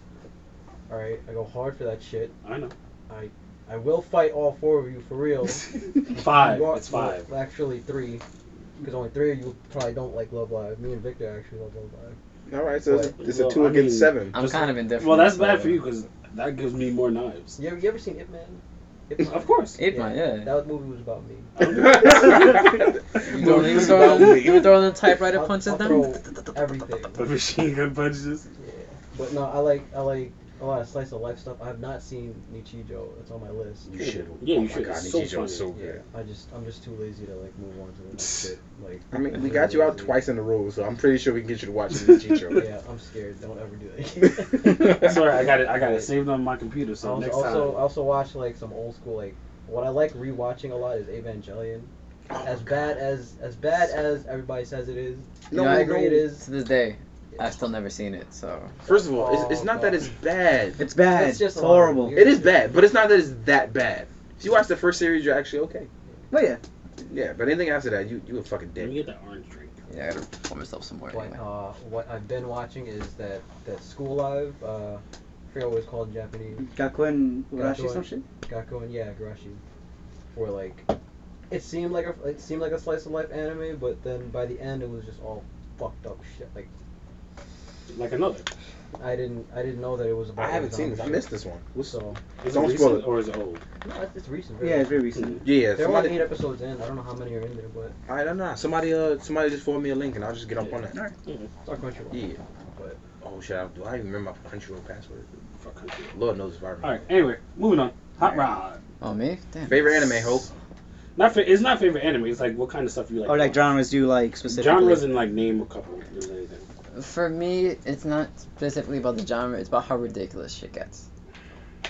Alright, I go hard for that shit.
I know.
I will fight all four of you for real.
Five.
You are-
It's five.
well, actually, three. Because only three of you probably don't like Love Live. Me and Victor actually love Love Live.
all right, so it's, it's a
Well,
two
I
against
mean-
seven.
I'm
Just-
kind of indifferent.
Well, that's
so-
bad for you because that gives me more knives.
You ever, you ever seen Ip Man? Ip Man?
Of course.
Ape Man, yeah.
That movie was about me.
You don't even
Movies
throw
about me.
you were throwing the typewriter
I'll-
punches
I'll
down.
throw everything.
The machine gun punches.
But no, I like I like a lot of slice of life stuff. I have not seen Nichijou. It's on my list.
You should.
Yeah, you
oh
should.
My God,
It's so
Nichijou is so
Yeah,
good.
I just I'm just too lazy to like move on to the next shit. Like
I mean,
I'm
we
really
got you out
lazy.
twice in a row, so I'm pretty sure we can get you to watch Nichijou.
Yeah, I'm scared. Don't ever do that.
Sorry, I got it. I got it saved on my computer.
I
So
also,
next
also, I
time,
also watch like some old school like what I like rewatching a lot is Evangelion.
Oh,
as
God.
bad as as bad as everybody says it is,
No,
I
no,
agree it is.
To this day, I've still never seen it. So
First of all, it's, it's
Oh,
not that
God.
it's bad.
It's bad.
It's
It's,
just a lot of
horrible.
weird-
It is bad, but it's not that it's that bad. If you watch the first series, you're actually okay.
But Oh, yeah,
Yeah, but anything after that, you you a fucking
let me get
dick.
that orange drink.
yeah, I gotta pour myself some more.
What
anyway.
uh what I've been watching is that that School Live. Uh, I forget what it's called in Japanese.
Gakuen Urashi
Gakuen.
some shit.
Gakuen, yeah, Garashi. For like, it seemed like a it seemed like a slice of life anime, but then by the end it was just all fucked up shit. Like
Like another.
I didn't I didn't know that it was. About
I haven't seen
zombie
this. I
shit.
missed this one. What's
So
Is it
Don't
recent
spoil it.
or is it old?
no, it's, it's recent.
Yeah, it's very
Mm-hmm.
recent.
Yeah, yeah.
There are only eight
Somebody,
episodes in. I don't know how many are in there, but
I don't know. Somebody, uh, somebody just forward me a link and I'll just get up on that.
Alright.
it's on Crunchyroll.
Yeah.
But-
Oh shit! I do I even remember my Crunchyroll password?
Fuck country.
Lord knows if I remember.
All right. Anyway, moving on. Hot Rod.
Oh me? Damn.
Favorite anime, Hope.
Not fa- it's not favorite anime. It's like what kind of stuff you like.
Or like genres do you like specifically?
genres and like name a couple. if there's anything.
For me, it's not specifically about the genre. It's about how ridiculous shit gets.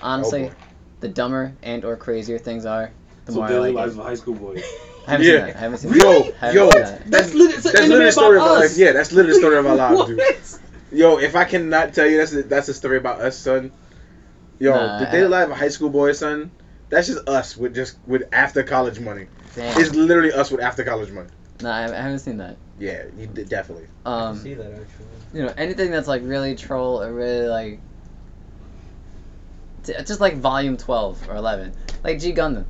Honestly,
boy.
the dumber and or crazier things are, the
so
more I
daily
like
lives
it.
of high school boys.
I haven't
Yeah.
seen that. I haven't seen
Yo,
that. I haven't
yo,
seen that.
that's
lit- it's an
that's
anime
literally the story of
about
my
us.
life. Yeah, that's literally the story of my life, dude.
What?
Yo, if I cannot tell you that's a, that's a story about us, son. Yo,
Nah,
the
I-
daily life of a high school boy, son. That's just us with just with after college money.
Damn.
It's literally us with after college money.
No, I I haven't seen that.
Yeah, you did definitely.
I
Um,
see that actually.
you know, anything that's like really troll or really like, t- just like volume twelve or eleven, like G Gundam,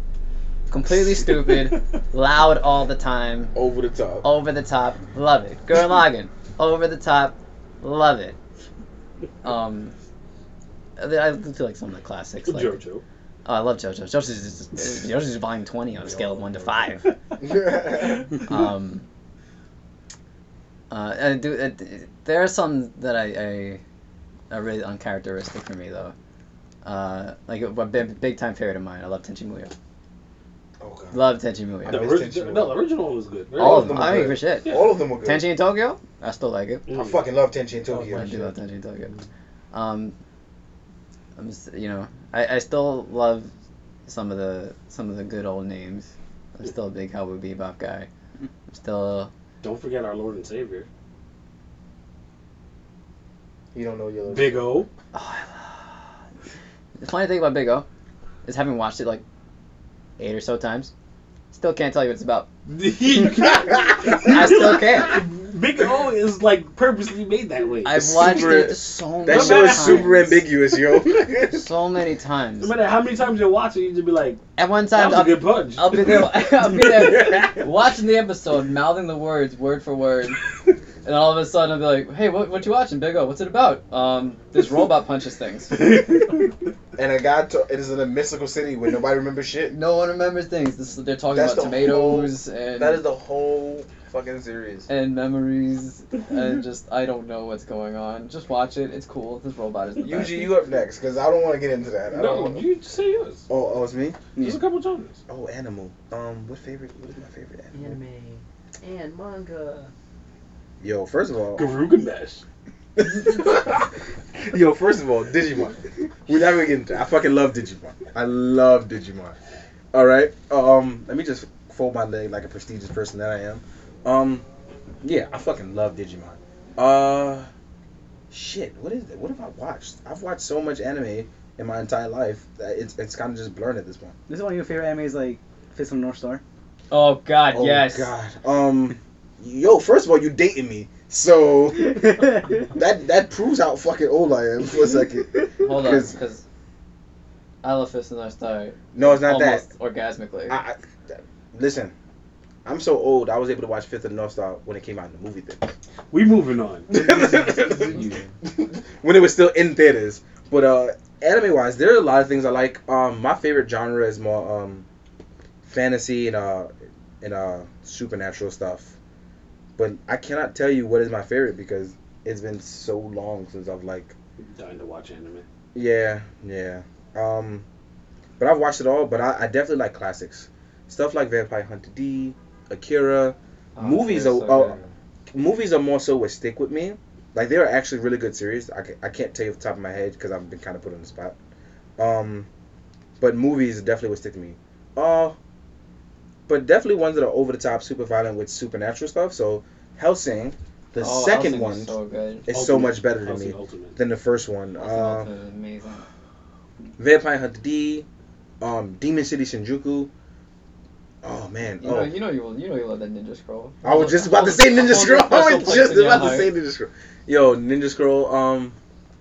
completely stupid, loud all the time,
Over the top.
over the top, love it. Gurren Lagann, over the top, love it. Um, I I feel like some of the classics. Like, oh,
JoJo.
I love JoJo. JoJo's is, JoJo's is volume twenty on a scale of one to five. um, uh, I do, uh, d- there are some that I, I are really uncharacteristic for me though. Uh, like a, big, big time favorite of mine. I love Tenchi Muyo.
Oh, God.
Love Tenchi Muyo.
The
miss
original,
Tenchi.
no, the original one was good. Very
All of
good.
them.
are
I mean,
good.
for shit.
Yeah.
All of them were good.
Tenchi in Tokyo. I still like it.
I
Mm.
fucking love Tenchi in Tokyo.
I
Oh,
do
shit.
love Tenchi in Tokyo. Um, I'm just, you know, I, I still love some of the some of the good old names. I'm still a big Cowboy Bebop guy.
Mm-hmm.
I'm still
Don't forget our Lord and Savior.
You don't know your
Big O.
Oh, The funny thing about Big O is having watched it like eight or so times, still can't tell you what it's about.
I
I still can't.
Big O is like purposely made that way.
I've
It's
watched
super-
it so many
That
No
show is
matter-
times.
super ambiguous, yo.
So many times.
no matter how many times you watch it, you just be like,
At one
"That
time,
was a
I'll,
good punch."
I'll be there. I'll be there watching the episode, mouthing the words word for word, and all of a sudden I'll be like, "Hey, what, what you watching, Big O? What's it about?" Um, this robot punches things.
and a guy, to- it is in a mystical city where nobody remembers shit.
No one remembers things. This, they're talking
That's
about
the
tomatoes and
That is the whole fucking series.
and memories and just I don't know what's going on. Just watch it. It's cool. This robot is the best.
Yuji, you up next, because I don't want to get into that. I don't
no,
wanna...
you just say yours.
Oh, oh, it's me?
Just a couple times.
Oh, animal. Um, what favorite? What is my favorite animal?
Anime and manga.
Yo, first of all,
Garugamesh.
yo, first of all, Digimon. We're not gonna get into. That. I fucking love Digimon. I love Digimon. All right. Um, let me just fold my leg like a prestigious person that I am. Um, yeah, I fucking love Digimon. Uh, shit. What is it? What have I watched? I've watched so much anime in my entire life that it's it's kind of just blurred at this point.
This is one of your favorite animes, like Fist of the North Star.
Oh God,
Oh
yes.
God. Um, yo, first of all, you dating me, so that that proves how fucking old I am for a second.
Hold on,
'Cause-
because I love Fist and I Star
No, it's not that. Ah.
almost orgasmically.
I, I, th- listen, I'm so old. I was able to watch Fifth of the North Star when it came out in the movie
We moving on.
Oh,
theater, when it was still in theaters. But uh, anime wise, there are a lot of things I like. Um, my favorite genre is more um, fantasy and uh, and uh, supernatural stuff. But I cannot tell you what is my favorite because it's been so long since I've like
Dying to watch anime.
Yeah, yeah. Um, but I've watched it all. But I, I definitely like classics, stuff like Vampire Hunter D, Akira. Movies
they're
are-
so
oh,
good.
Movies are more so what stick with me. Like they are actually really good series. I, ca- I can't tell you off the top of my head because I've been kind of put on the spot. Um, but movies definitely would stick to me. Uh, but definitely ones that are over the top, super violent with supernatural stuff. So Helsing, the
Oh,
second
Hellsing
one
was so good.
is so
Ultimate.
much better to
Hellsing
me
Ultimate.
than the first one. Uh,
Hellsing was amazing.
Vampire Hunter D, um, Demon City Shinjuku. Oh man,
You
oh,
know, you know, you will, you know, you love that Ninja Scroll.
I was just about to say Ninja Scroll. I was just about to say Ninja Scroll. Yo, Ninja Scroll. Um,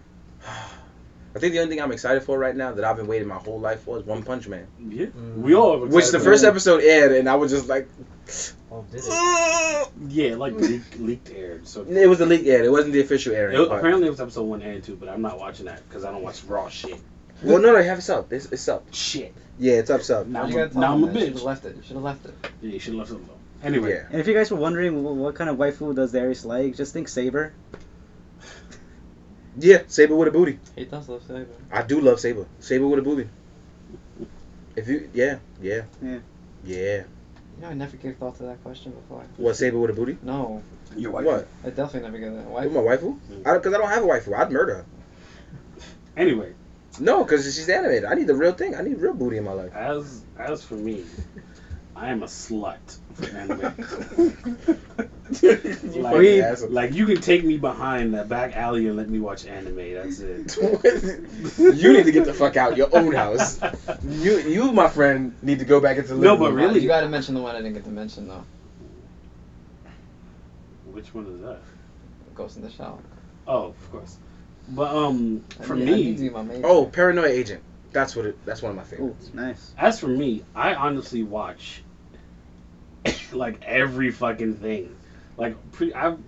I think the only thing I'm excited for right now that I've been waiting my whole life for is One Punch Man,
Yeah,
Mm.
we all. have
which the
excited
first
for-
episode aired, and I was just like,
Oh, did it?
"Ugh."
Yeah, like leaked, leaked aired. So
it was the leak aired. It wasn't the official airing.
It-
but-
apparently it was episode one and two, but I'm not watching that because I don't watch raw shit.
well, no, no, have it's up. It's, it's up.
Shit.
Yeah, it's up, it's up.
Now,
Now
I'm,
you
now I'm a
Should have
bitch.
left it. Should have left it.
Yeah, you should have left it alone. Anyway,
Yeah.
And if you guys were wondering what, what kind of waifu does Darius like, just think Saber.
Yeah, Saber with a booty.
He does love Saber.
I do love Saber. Saber with a booty. If you, yeah, yeah,
Yeah.
yeah.
You know, I never gave thought to that question before.
What Saber with a booty?
No,
your wife. Mm.
What?
I definitely never gave that. Why?
With my waifu? I don't, cause I don't have a waifu. I'd murder her.
Anyway,
No, because she's animated. I need the real thing. I need real booty in my life.
as as for me, I am a slut for anime. like,
fucking asshole.
like you can take me behind that back alley and let me watch anime. That's it.
you need to get the fuck out your own house. You, you, my friend, need to go back into the
No,
living
but
room.
really-
You gotta mention the one I didn't get to mention though.
Which one is that?
Ghost in the Shell.
Oh, of course. But um,
I
for
need- I need to
me,
be my major.
Oh, Paranoid Agent. That's what it. That's one of my
Oh,
favorites.
nice.
as for me, I honestly watch like every fucking thing. Like pre- I've,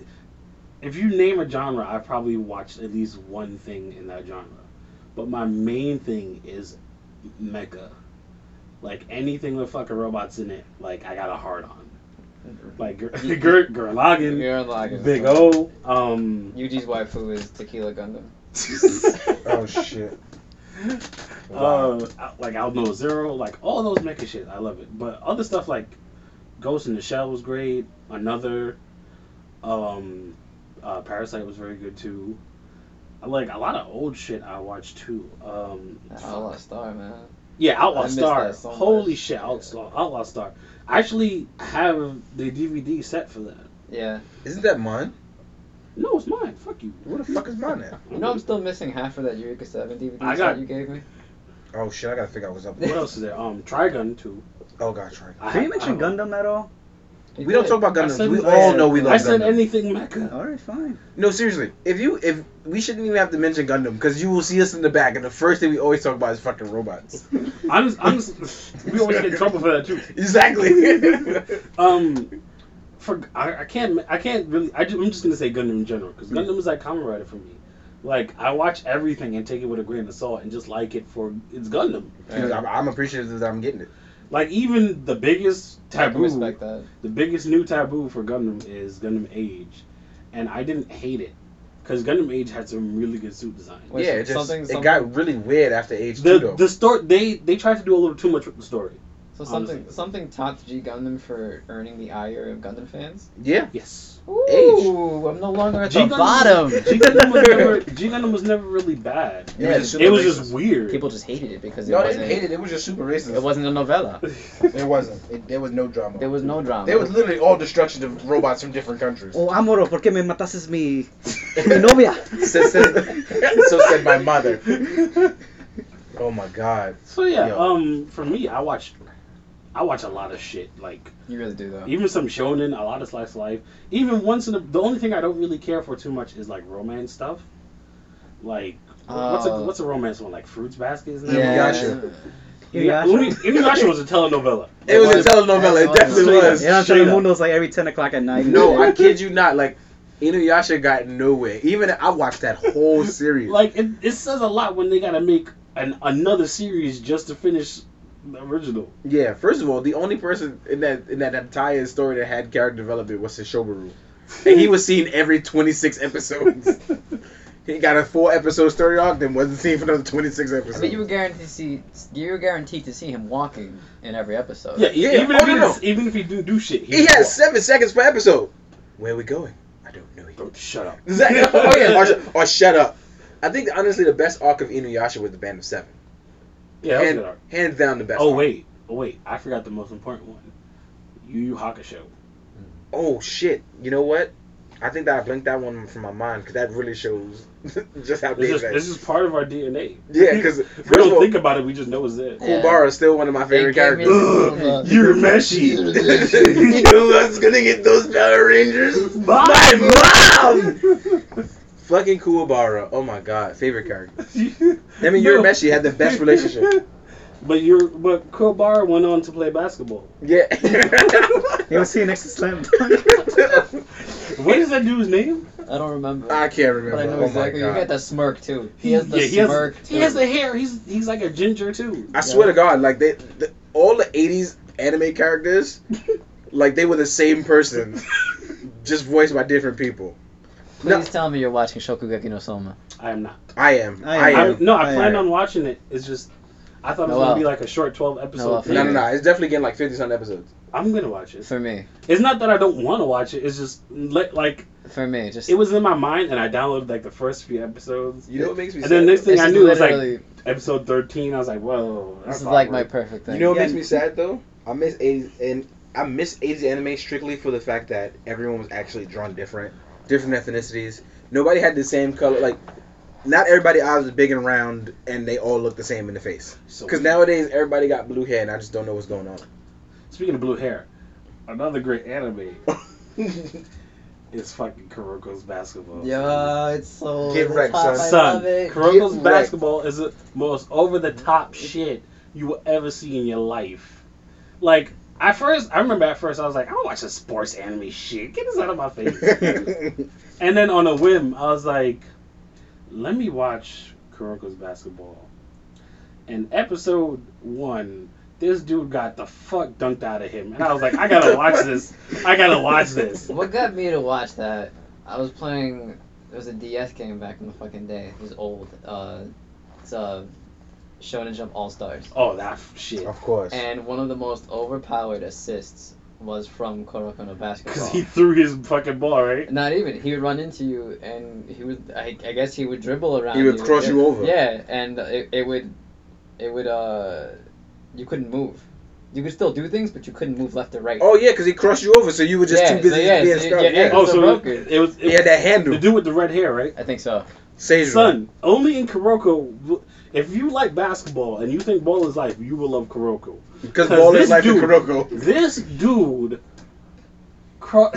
if you name a genre, I've probably watched at least one thing in that genre. But my main thing is mecha. Like anything with fucking robots in it, like I got a hard on. Like Gur- Gur- Gurlagen,
You're unlocking.
Big O, um,
Yuji's waifu is Tequila Gundam.
Oh shit.
Uh, like Almo Zero, like all those mecha shit, I love it. But other stuff like Ghost in the Shell was great. Another, um, uh, Parasite was very good too. I like a lot of old shit I watched too. Um,
Outlaw Star, man.
yeah,
I
Outlaw
miss
Star.
that so
Holy
much.
shit, Outlaw, Outlaw Star. I actually have the DVD set for that.
Yeah.
Isn't that mine?
No, it's mine. Fuck you.
Where the fuck is mine at?
You know, I'm still missing half of that Eureka 7 DVD
I
set
got-
you gave me.
Oh shit! I gotta figure out what's up.
What else is there? Um, Trigun too.
Oh god, try.
I
Can
have-
you mention
I don't-
Gundam at all?
You
We don't
did.
talk about
I
Gundams.
said-
we
I
all
said-
know we love
I said
Gundam.
anything mecha.
Alright, fine.
no, seriously. If you, if we shouldn't even have to mention Gundam, because you will see us in the back, and the first thing we always talk about is fucking robots.
I'm just, I'm just, we always get in trouble for that too.
Exactly.
Um, for I, I can't I can't really I am just gonna say Gundam in general because Gundam is like Kamen Rider for me. Like I watch everything and take it with a grain of salt and just like it for it's Gundam.
Because I'm, I'm appreciative that I'm getting it.
Like even the biggest
I can
taboo,
respect that.
the biggest new taboo for Gundam is Gundam Age, and I didn't hate it because Gundam Age had some really good suit design.
Wait,
yeah, it just
something-
it
something-
got really weird after age two
The
though.
the story they they tried to do a little too much with the story.
So something
Honestly.
something top G Gundam for earning the ire of Gundam fans.
yeah,
Yes.
Ooh, I'm no longer at
G
the
Gundam-
bottom.
G Gundam was never G Gundam was never really bad.
yeah,
Yeah,
It was
racist.
just weird.
People just hated it because it
No, they
wasn't.
didn't hate it. It was just super racist.
It wasn't a novella.
It wasn't. It, there was no drama.
There was no drama.
There was literally all destruction of robots from different countries.
Oh, Amoro, ¿por qué me mataste mi, mi novia?
so, said, so said my mother. Oh my god.
So yeah,
Yo.
um, for me, I watch, I watch a lot of shit. Like
You really do though.
even some shonen, a lot of slice of life. Even once in a, the only thing I don't really care for too much is like romance stuff. Like what's a
Uh,
what's a romance one? Like Fruits Baskets. And
Yeah.
everything?
Inuyasha.
Yeah.
Inuyasha?
Umi- Inuyasha was a telenovela.
It was
was.
a telenovela. It definitely
Straight up.
was.
Yeah, I'm
Straight
trying
up.
to Mundo's like every 10 o'clock at night.
No, I kid you not. Like Inuyasha got nowhere. Even I watched that whole series.
Like it, it says a lot when they gotta make an another series just to finish the original.
Yeah, first of all, the only person in that in that entire story that had character development was Sashobaru. And he was seen every 26 episodes. He got a four episode story arc, then wasn't seen for another twenty six episodes.
I mean, you were guaranteed to see you were guaranteed to see him walking in every episode.
Yeah, e-
Yeah,
even
oh,
if he
no,
didn't- even if he didn't do shit,
he
was
had
walking.
seven seconds per episode. Where are we going? I don't know yet.
Don't shut up.
Exactly. oh yeah, or, sh- or shut up. I think honestly the best arc of Inuyasha was the Band of Seven.
Yeah, that was a
Hand-
good arc.
Hands down the best.
Oh
arc.
wait, oh wait, I forgot the most important one. Yu Yu Hakusho.
Oh shit. You know what? I think that I blinked that one from my mind because that really shows just how
This
big
is
that
this
is.
is part of our DNA.
Yeah, because
If we
first of
don't
all,
think about it, we just know it's there.
Yeah.
Kubara is still one of my favorite
gave me
characters.
Ugh,
you're meshy.
you know who's gonna get those Power Rangers? My Fucking Kuwabara. Oh my god, favorite character. I mean,
No.
Yurimeshi had the best relationship.
But you're but Kobar went on to play basketball.
Yeah.
You'll see you next to Slam Dunk.
What is that dude's name?
I don't remember.
I can't remember.
but I know
oh
exactly.
my
You got
god.
the smirk too. He has the
Yeah, he has-
smirk.
He has
too.
the hair. He's he's like a ginger too.
I swear to God, like they, the, all the '80s anime characters, like they were the same person, just voiced by different people.
Please
No,
tell me you're watching Shokugeki no Soma.
I am not.
I am.
I
I
am.
am.
I'm, no, I,
I
planned
am.
on watching it. It's just I thought it was
Noel.
gonna be like a short twelve
Noel,
episode.
for
No, no,
you.
no. It's definitely getting like 50 something episodes.
I'm gonna watch it.
For me,
It's not that I don't want to watch it. It's just li- like
for me, just
it was in my mind, and I downloaded like the first few episodes.
You know what makes me
And
sad?
then next thing
This
I
is
knew it was like
literally-
episode thirteen. I was like, whoa.
this
that's
is like my
awkward.
perfect thing.
You know what
Yeah.
makes me sad though? I miss 80s and I miss 80s anime strictly for the fact that everyone was actually drawn different, different ethnicities. Nobody had the same color. Like, not everybody eyes was big and round, and they all look the same in the face.
So-
Because nowadays everybody got blue hair, and I just don't know what's going on.
Speaking of blue hair, another great anime is fucking Kuroko's Basketball.
Yeah, it's so
Get
over the
wrecked, son.
top, I
Son,
love it.
Get
Kuroko's
wrecked.
Basketball is the most over the top shit you will ever see in your life. Like, at first, I remember at first I was like, I don't watch the sports anime shit. Get this out of my face. and then on a whim, I was like, let me watch Kuroko's Basketball. And episode one, this dude got the fuck dunked out of him. And I was like, I gotta watch this. I gotta watch this.
What got me to watch that? I was playing. There was a DS game back in the fucking day. It was old. Uh, it's uh, Shonen Jump All Stars.
Oh, that f- shit.
of course.
And one of the most overpowered assists was from Kuroko no basketball.
Because he threw his fucking ball, right?
Not even. He would run into you, and he would. I, I guess he would dribble around.
He would
you.
cross
It-
you over.
Yeah, and it, it would, it would. Uh, you couldn't move. You could still do things, but you couldn't move left or right.
Oh yeah, because he crossed you over, so you were just
Yeah,
too busy
so yeah,
being
so
stuck.
yeah,
Yeah,
yeah.
Oh,
So
so
Roka.
it was, it
he had
was
that handle.
the dude with the red hair, right?
I think so.
Seizu.
Son, only in Kuroko. If you like basketball and you think ball is life, you will love Kuroko.
because ball
this
is life in
dude-
Kuroko.
This dude, cro-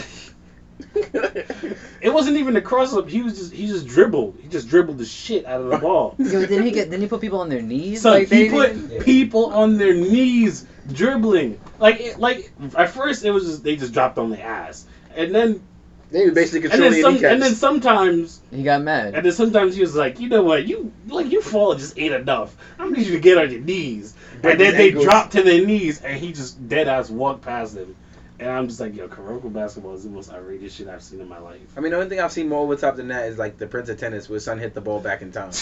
it wasn't even a cross up. He was just he just dribbled. He just dribbled the shit out of the ball.
Yo, didn't he get? Didn't he put people on their knees?
Son,
like they
he put
didn't-
Yeah.
people on their knees dribbling. Like it, like at first it was just they just dropped on their ass, and then
Then you basically
and
control
then
the
some,
kneecaps.
and then sometimes
He got mad.
And then sometimes he was like, you know what, you like you fall just ain't enough. I need you to get on your knees.
Break
and then
his
they
ankles.
dropped to their knees, and he just dead ass walked past them. And I'm just like, yo, Kuroko basketball is the most outrageous shit I've seen in my life.
I mean, the only thing I've seen more over top than that is like the Prince of Tennis, where son hit the ball back in time.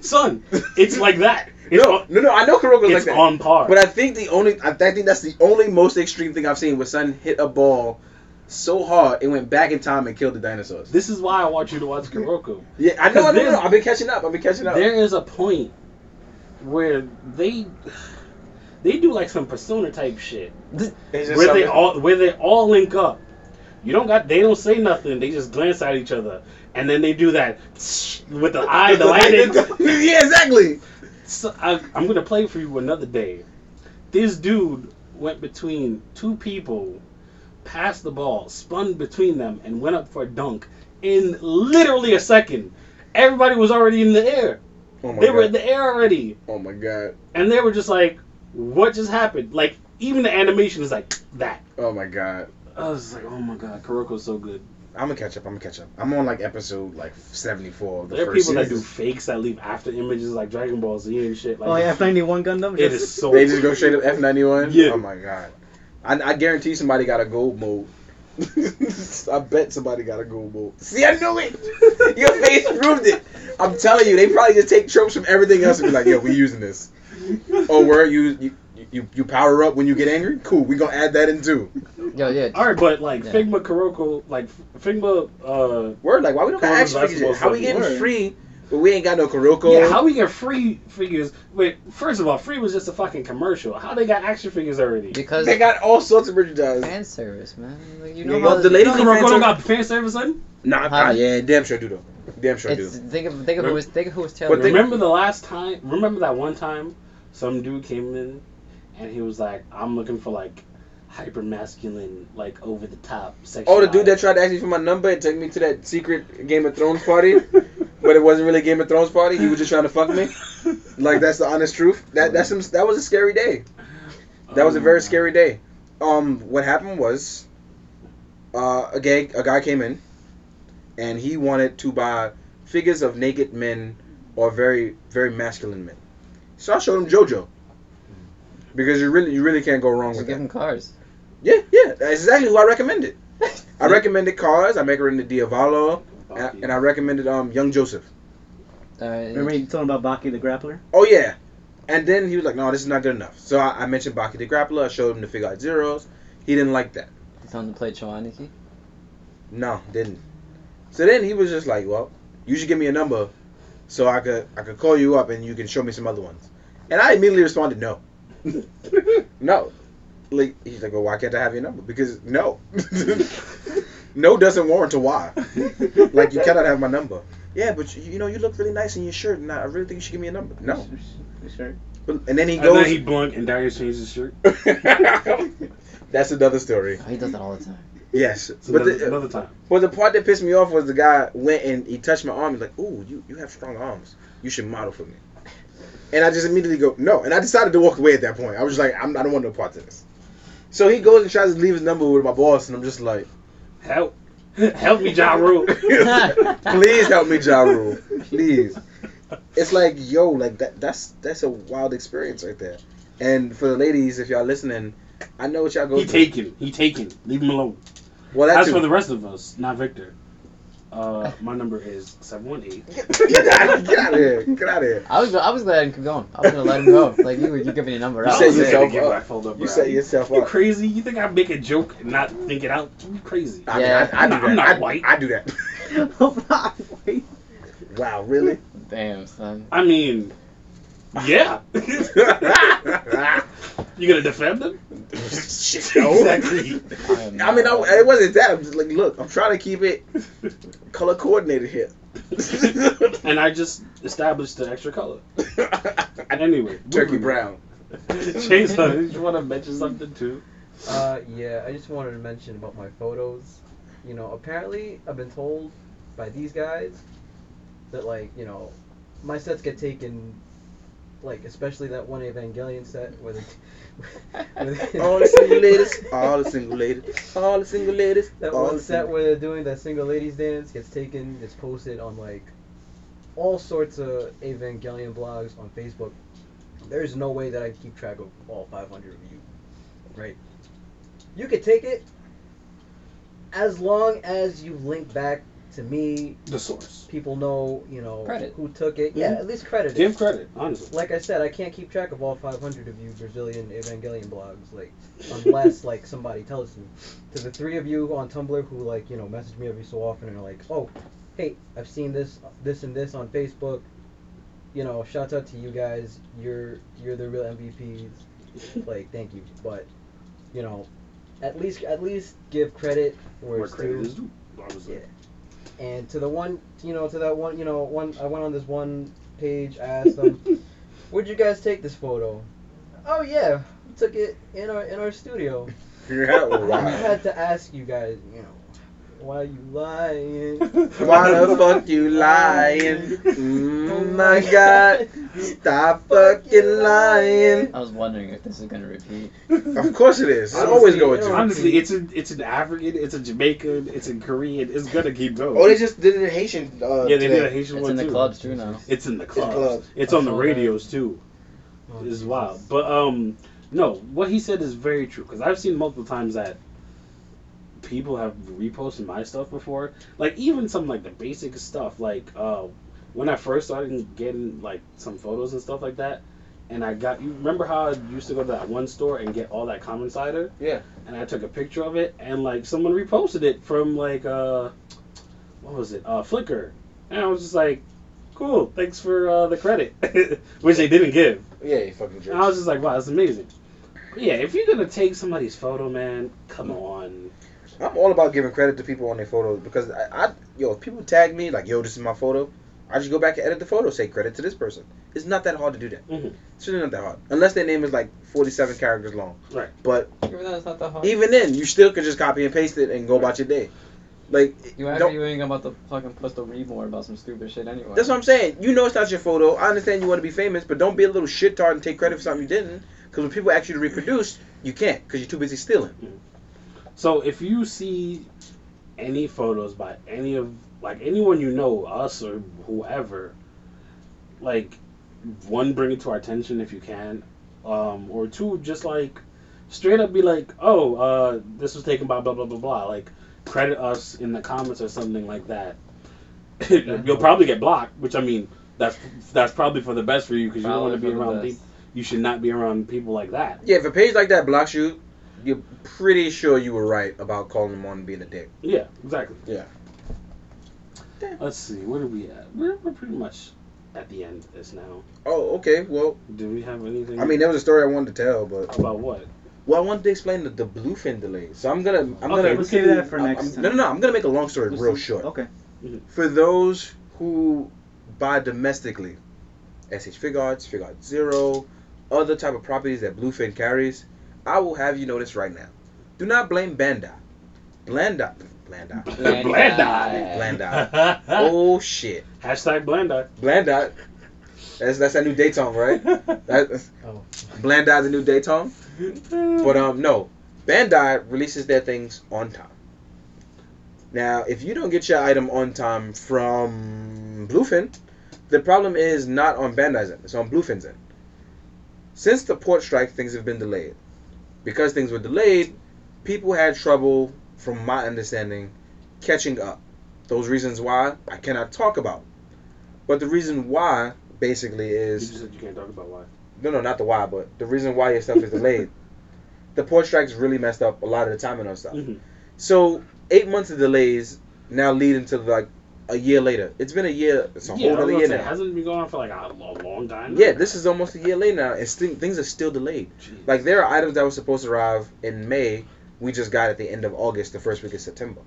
Son, it's like that. It's
no,
on,
no, no. I know Kuroko's like
it's
that,
on par.
but I think the only, I, I think that's the only most extreme thing I've seen where son hit a ball so hard it went back in time and killed the dinosaurs.
this is why I want you to watch Kuroko.
Yeah, I know,
'Cause
I know, I know.
there's-
I've been catching up. I've been catching up.
There is a point where they they do like some persona type shit.
It's just
where they
something-
all where they all link up. You don't got they don't say nothing. They just glance at each other, and then they do that with the eye, the lightning.
yeah, exactly.
So, I, I'm gonna play for you another day. This dude went between two people, passed the ball, spun between them, and went up for a dunk in literally a second. Everybody was already in the air.
Oh my
They were in
god.
the air already
Oh my god.
and they were just like, "What just happened?" Like even the animation is like that.
Oh my god.
I was like, "Oh my god, Kuroko's so good."
I'm gonna catch up. I'm gonna catch up. I'm on like episode like 74 of the
there are
first
people that do
season.
fakes that leave after images like Dragon Ball Z and shit. Like,
Oh, yeah, F ninety one Gundam.
it is so.
They just go straight up F91.
Yeah.
Oh my god. I, I guarantee somebody got a gold mode I bet somebody got a Google. See, I knew it. Your face proved it. I'm telling you, they probably just take tropes from everything else and be like, "Yo, we using this." Oh, where you you you, you power up when you get angry? Cool. We gonna add that in too.
Yo, yeah.
All right, but like
Yeah.
Figma Kuroko, like Figma. uh
Word, like why we don't got
Corona's
action figures?
basketball
How we getting
stuff, word.
free, but we ain't got no Kuroko?
Yeah, how we get free figures? Wait, first of all, free was just a fucking commercial. How they got action figures already?
Because
they got all sorts of merchandise.
fan service, man. Like, you
Yeah,
know
yo,
how
the
You
lady-
know
They don't
Kuroko
even
don't
answer-
got fan service, son?
Nah,
Huh?
nah, yeah, damn sure do though. Damn sure do.
It's, think of think of who was think of who was
But they-
tailoring.
remember the last time? Remember that one time some dude came in and he was like, "I'm looking for like hyper masculine, like over the top sexual."
Oh, the dude that tried to ask me for my number and took me to that secret Game of Thrones party, but it wasn't really a Game of Thrones party. He was just trying to fuck me. Like that's the honest truth. That that's some, that was a scary day. That was a
Oh.
very scary day. Um, what happened was, uh, a guy a guy came in, and he wanted to buy figures of naked men or very very masculine men. So I showed him JoJo. Because you really you really can't go wrong
Just
with
give
that.
them cars.
Yeah, yeah, that's exactly who I recommended. I recommended Cars. I make her into Diavolo,
Oh,
and, and I recommended um Young Joseph.
Uh,
Remember you talking about Baki the Grappler?
Oh yeah, and then he was like, no, this is not good enough. So I, I mentioned Baki the Grappler. I showed him the figure out zeros. He didn't like that.
tell them to play Chowaniki.
No, didn't. So then he was just like, "Well, you should give me a number, so I could I could call you up and you can show me some other ones." And I immediately responded, "No, no." Like he's like, "Well, why can't I have your number?" Because no, no doesn't warrant a why. Like you cannot have my number. Yeah, but you, you know you look really nice in your shirt, and I I really think you should give me a number. No,
Sure.
but, and then he
And then
goes.
he blunt and Darius changed his shirt.
That's another story.
Oh, he does that all the time.
Yes,
It's
but
another,
the,
another time.
Well, the part that pissed me off was the guy went and he touched my arm. He's like, "Ooh, you, you have strong arms. You should model for me." And I just immediately go, "No." And I decided to walk away at that point. I was just like, I'm, "I don't want no part of this." So he goes and tries to leave his number with my boss, and I'm just like,
Help, help me, Ja Rule.
"Please help me, Ja Rule. Please." It's like, yo, like that. That's that's a wild experience right there. And for the ladies, if y'all listening, I know what y'all go
He
through.
taken. He taken. Leave him alone.
well, that
As
too.
for the rest of us, not Victor. Uh, my number is seven one eight.
get out of here! Get out of here!
I was I was glad I didn't keep going. I was gonna let him go. Like you were you giving me a number.
You
I
set
was like,
yourself up.
up.
You set yourself
You
up.
crazy? You think I make a joke and not think it out? You crazy?
I mean,
Yeah.
I, I
I'm
do
not-
that.
I'm not
I-
white.
I do that.
Oh,
Wow, really?
Damn, son.
I mean, yeah. you gonna defend them?
Shit, no.
I, am
I mean, I, it wasn't that. I'm just like, look, I'm trying to keep it color coordinated here.
and I just established the extra color. Anyway,
Turkey
moving
brown.
on. Chase, I just want to mention something too.
Uh, yeah, I just wanted to mention about my photos. You know, apparently I've been told by these guys that like, you know, my sets get taken, like especially that one Evangelion set where they, where they
All the single ladies. All the single ladies. All the single ladies.
that
all
one
the
set
single-
where they're doing that single ladies dance gets taken, gets posted on like all sorts of Evangelion blogs on Facebook. There's no way that I can keep track of all 500 of you, right? You could take it as long as you link back to me.
The source.
People know, you know,
Credit.
who took it. Yeah,
Mhm.
at least credit. it
Give credit, honestly.
like I said, I can't keep track of all 500 of you Brazilian Evangelion blogs, like, unless, like, somebody tells me. To the three of you on Tumblr who, like, you know, message me every so often and are like, oh, hey, I've seen this, this and this on Facebook. You know, shouts out to you guys. You're, you're the real MVPs. Like, thank you. But, you know, at least, at least give credit where,
Where
it's
credit
due.
is due. Honestly.
Yeah. And to the one, you know, to that one, you know, one, I went on this one page, I asked them, where'd you guys take this photo? Oh yeah, we took it in our in our studio.
Yeah,
I
wow.
had to ask you guys, you know, why you lying?
Why the fuck you lying?
Oh
Mm, my God, stop fucking lying.
I was wondering if this is gonna repeat.
Of course it is. It's always going to.
Honestly, it's a, it's an African, it's a Jamaican, it's a Korean. It's gonna keep going.
Oh, they just did a Haitian. Uh,
yeah, they did a
today.
Haitian
It's
one
in the
too.
clubs too now.
It's in the clubs.
clubs.
It's, on the
Oh,
radios too. It's wild. But um, no, what he said is very true because I've seen multiple times that people have reposted my stuff before. Like even some like the basic stuff, like uh, when I first started getting like some photos and stuff like that, and I got you remember how I used to go to that one store and get all that common cider?
Yeah.
And I took a picture of it and like someone reposted it from like uh what was it? Uh Flickr. And I was just like, Cool, thanks for uh, the credit which they didn't give.
Yeah, you fucking jerk.
And I was just like, wow, that's amazing. But yeah, if you're gonna take somebody's photo, man, come on.
I'm all about giving credit to people on their photos because I, I yo, if people tag me like, yo, this is my photo, I just go back and edit the photo, say credit to this person. It's not that hard to do that.
Mhm.
It's really not that hard, unless their name is like 47 characters long.
Right.
But
Even though it's not that hard.
even then, you still could just copy and paste it and go about your day. Like,
You
don't-
actually you ain't about to fucking post a reborn about some stupid shit anyway.
that's what I'm saying. You know it's not your photo. I understand you want to be famous, but don't be a little shit tart and take credit for something you didn't. Because when people ask you to reproduce, you can't because you're too busy stealing.
So if you see any photos by any of like anyone you know, us or whoever, like one, bring it to our attention if you can, um, or two, just like straight up be like, oh, uh, this was taken by blah blah blah blah. Like credit us in the comments or something like that. You'll probably get blocked, which I mean, that's that's probably for the best for you because you don't want to be around people. You should not be around people like that.
Yeah, if a page like that blocks you, you're pretty sure you were right about calling them on and being a dick.
Yeah, exactly.
Yeah.
Let's see, where are we at? We're, we're pretty much at the end of this now.
Oh, okay. Well,
Do we have anything?
I mean, there was a story I wanted to tell, but
about what?
well, I wanted to explain the, the bluefin delay. So I'm gonna, I'm
Okay,
gonna
let's
save that for
I'm-
next
I'm-
time.
No, no, no. I'm gonna make a long story real short.
Okay.
For those who buy domestically, SH Figarts, Figart Zero, other type of properties that Bluefin carries, I will have you notice right now. Do not blame Bandai. Blanda. Blanda.
Bland
Bland
eye.
Bland eye. oh shit.
Hashtag Blanda.
Blanda. That's that's that new day song, right? That,
Oh.
Blanda is a new day song. But um, no, Bandai releases their things on time. Now, if you don't get your item on time from Bluefin, the problem is not on Bandai's end; it's on Bluefin's end. Since the port strike, things have been delayed. Because things were delayed, people had trouble, from my understanding, catching up. Those reasons why I cannot talk about. But the reason why basically
you
is
just said you can't talk about why.
no, no, not the why, but the reason why your stuff is delayed. the port strikes really messed up a lot of the timing on stuff.
Mhm.
So eight months of delays now lead into like a year later. It's been a year. It's a
yeah,
whole
I was
other
gonna
year
say,
now.
hasn't it been going on for like a, a long time.
yeah, this is almost a year later now, and sti- things are still delayed.
Jeez.
Like there are items that were supposed to arrive in May, we just got at the end of August, the first week of September.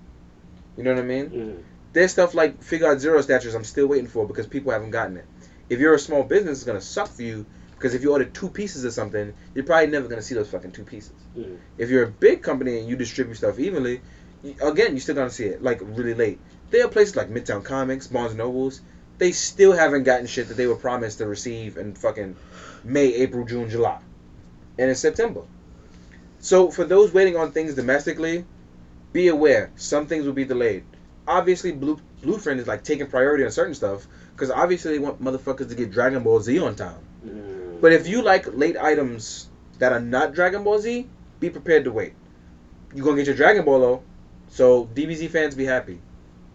You know what I mean?
Mhm.
There's stuff like Figure Out Zero statues I'm still waiting for because people haven't gotten it. If you're a small business, it's gonna suck for you because if you order two pieces of something, you're probably never gonna see those fucking two pieces.
Mhm.
If you're a big company and you distribute stuff evenly, you, again, you're still gonna see it like really late. There are places like Midtown Comics, Barnes and Nobles. They still haven't gotten shit that they were promised to receive in fucking May, April, June, July, and in September. So for those waiting on things domestically, be aware some things will be delayed obviously Blue Blueprint is like taking priority on certain stuff because obviously they want motherfuckers to get Dragon Ball Z on time.
Mhm.
But if you like late items that are not Dragon Ball Z, be prepared to wait. You're gonna get your Dragon Ball though, so DBZ fans be happy.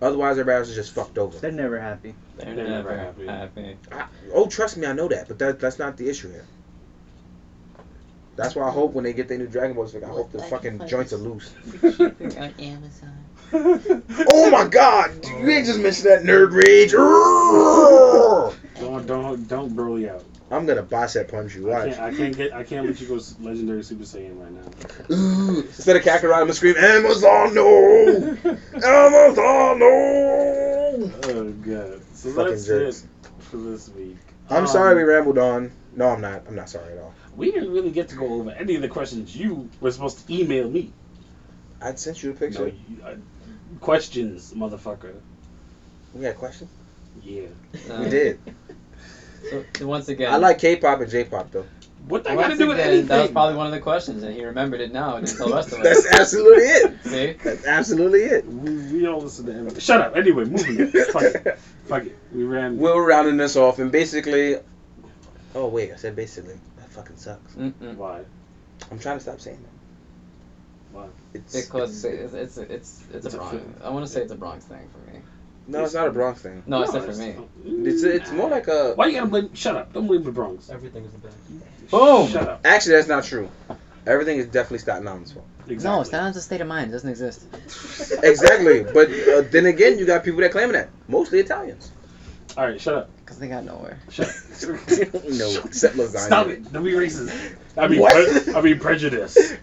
Otherwise, everybody else is just fucked over.
They're never happy.
They're
They're
never
never
happy.
happy.
I, oh, trust me, I know that, but that, that's not the issue here. That's why I hope when they get their new Dragon Balls, like, I hope the fucking joints are loose.
on Amazon.
Oh my God! You ain't just mentioned that nerd rage.
don't don't don't broly out.
I'm gonna bicep punch you.
I
Watch.
can't, I can't get I can't let you go s- legendary Super Saiyan right now.
Ooh. Instead of Kakarot, I'm gonna scream, Amazon, no! Amazon, no!
oh god. So
Fucking
that's
jerks.
it for this week.
I'm
Um,
sorry we rambled on. No, I'm not. I'm not sorry at all.
We didn't really get to go over any of the questions you were supposed to email me.
I sent you a
No,
picture.
you, uh, questions, motherfucker.
We had questions?
Yeah.
We did.
So, so once again,
I like K pop and J pop, though.
What that
once
got to do with
again,
anything?
That was probably one of the questions, and he remembered it now and didn't tell us about
That's
it.
absolutely it.
See?
That's absolutely it.
we, we don't listen to everything. Shut up. Anyway, moving on. Fuck it. Fuck it. We ran.
We're rounding this off, and basically. Oh, wait, I said basically. That fucking sucks.
Mm-mm.
Why?
I'm trying to stop saying that.
Wow.
It's,
Because it's it's it's, it's,
It's
a
a
Bronx.
feeling.
I want to say it's a Bronx thing for me.
no, it's not a Bronx thing.
No, except for me.
It's it's more like a.
Why you gotta blame? Shut up! Don't blame the Bronx.
Everything is the best.
Boom!
Shut up.
Actually, that's not true. Everything is definitely Staten Island's fault.
No, it's not a state of mind. It doesn't exist.
Exactly, but uh, then again, you got people that claiming that mostly Italians.
All right, shut up.
Because they got nowhere.
Shut up.
no, except lasagna.
Stop it! Don't be racist. I mean,
What?
pre- I mean prejudice.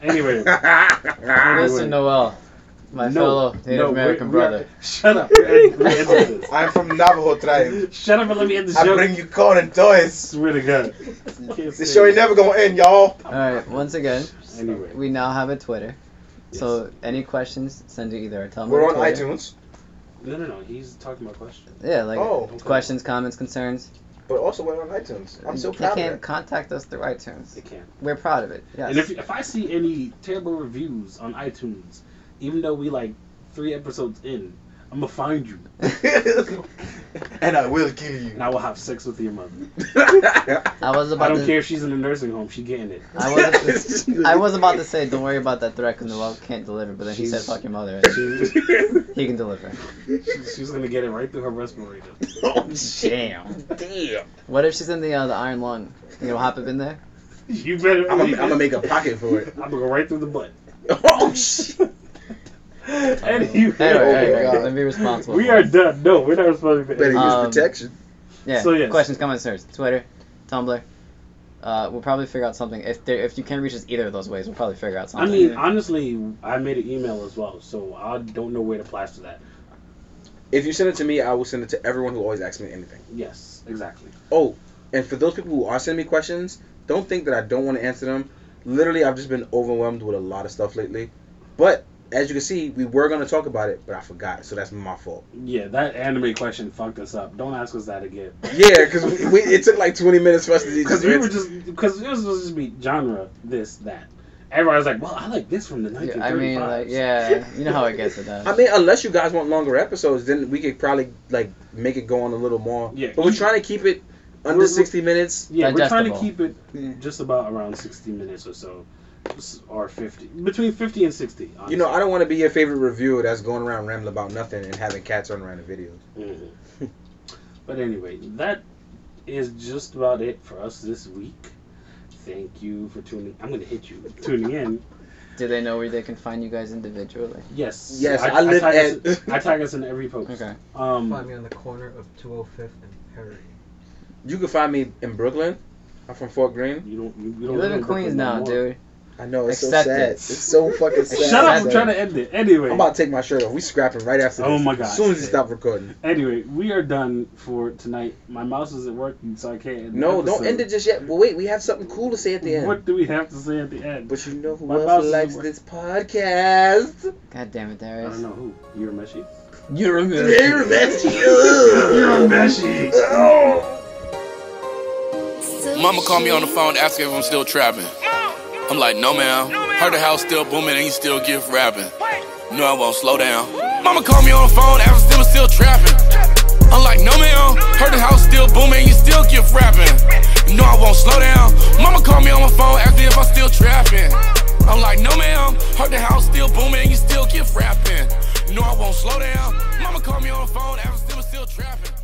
Anyway,
Ah.
Listen, Noel, my
No,
fellow Native
no,
American
we're-
brother.
shut up. We're end- we're ending this.
I'm from Navajo tribe.
Shut up and let me end the
I
show.
bring you corn and toys.
Swear to God.
This show ain't never gonna end, y'all.
All right, once again,
Anyway,
we now have a Twitter. So any questions, send it either a Tumblr.
We're on
Twitter.
iTunes,
no, no, no. He's talking about questions.
Yeah, like
Oh,
okay.
questions, comments, concerns.
but also we're on iTunes. I'm so
they
proud
can
of that.
contact us through iTunes.
They can.
We're proud of it. Yes.
And if, if I see any terrible reviews on iTunes, even though we like three episodes in, I'm gonna find you
and I will kill you.
and I will have sex with your mother.
I was
I
about
don't
to.
care if she's in a nursing home, she getting it.
I was. I was about to say, don't worry about that threat because Noel can't deliver. But then he said,
She's-
"Fuck your mother," and
She's,
he can deliver.
she's gonna get it right through her respirator.
oh,
Damn.
damn.
What if she's in the uh, the iron lung? You know, hop up in there.
You better.
I'm
believe it.
gonna make a pocket for it.
I'm gonna go right through the butt.
Oh shit.
anyway,
Anyway,
Oh my
anyway,
God.
let me be responsible.
we
for
are
it.
done. No, we're not responding to
Better use
anything.
Um,
protection.
Yeah.
So, yes.
Questions, comments, concerns. Twitter, Tumblr. Uh, we'll probably figure out something. If there, if you can reach us either of those ways, we'll probably figure out
Uh, I
something.
mean, honestly, I made an email as well, so I don't know where to plaster that.
If you send it to me, I will send it to everyone who always asks me anything.
Yes, exactly.
Oh, and for those people who are sending me questions, don't think that I don't want to answer them. Literally, I've just been overwhelmed with a lot of stuff lately. But as you can see, we were gonna talk about it, but I forgot, so that's my fault.
Yeah, that anime question fucked us up. Don't ask us that again.
Yeah, because we, it took like 20 minutes for us to
Because
just
we were
answer.
just because it was supposed to be genre this that. Everybody's like, well, I like this from the
Yeah,
1935s.
I mean, like, yeah, you know how it gets. It does.
I mean, unless you guys want longer episodes, then we could probably like make it go on a little more.
Yeah.
But we're trying to keep it under
We're- we're-
60 minutes.
Yeah, we're trying to
Digestible.
keep it
Yeah.
just about around 60 minutes or so, s- or 50, between 50 and 60. Honestly.
You know, I don't want to be your favorite reviewer that's going around rambling about nothing and having cats run around in videos.
Mhm. but anyway, that is just about it for us this week. Thank you for tuning. I'm gonna hit you tuning in.
Do they know where they can find you guys individually?
Yes.
Yes, I live
tag us-
at-
I tag us in every post.
Okay.
Um.
Find me on the corner of 205th and Perry.
You can find me in Brooklyn. I'm from Fort Greene.
You don't. You, you
You
don't
live in
Brooklyn
Queens
no
now,
more.
dude.
I know it's
Accept
so sad.
it.
It's so fucking sad.
Shut up!
Sad.
I'm trying to end it. Anyway.
I'm about to take my shirt off. We scrapping right after
Oh
this.
my God.
As soon as you stop recording.
Anyway, we are done for tonight. My mouse isn't working, so I can't. End the
No, don't
episode.
end it just yet. But wait, we have something cool to say at the end.
What do we have to say at the end?
But you know who
My mouse
else
is
likes
working.
this podcast?
God damn it,
I
there
don't
is.
know who. You're Meshi.
You're a
You're
Meshi.
Mama called me on the phone to ask if I'm still trapping. I'm like, no, ma'am. Heard the house still booming and you still give rapping. No, I won't slow down. Mama called me on the phone, asked if I'm still trapping. I'm like, no, ma'am. Heard the house still booming and you still give rapping. No, I won't slow down. Mama called me on the phone, asked if I'm still trapping. I'm like, no, ma'am. Heard the house still booming and you still give rapping. No, I won't slow down. Mama called me on the phone, asked if I'm still trapping.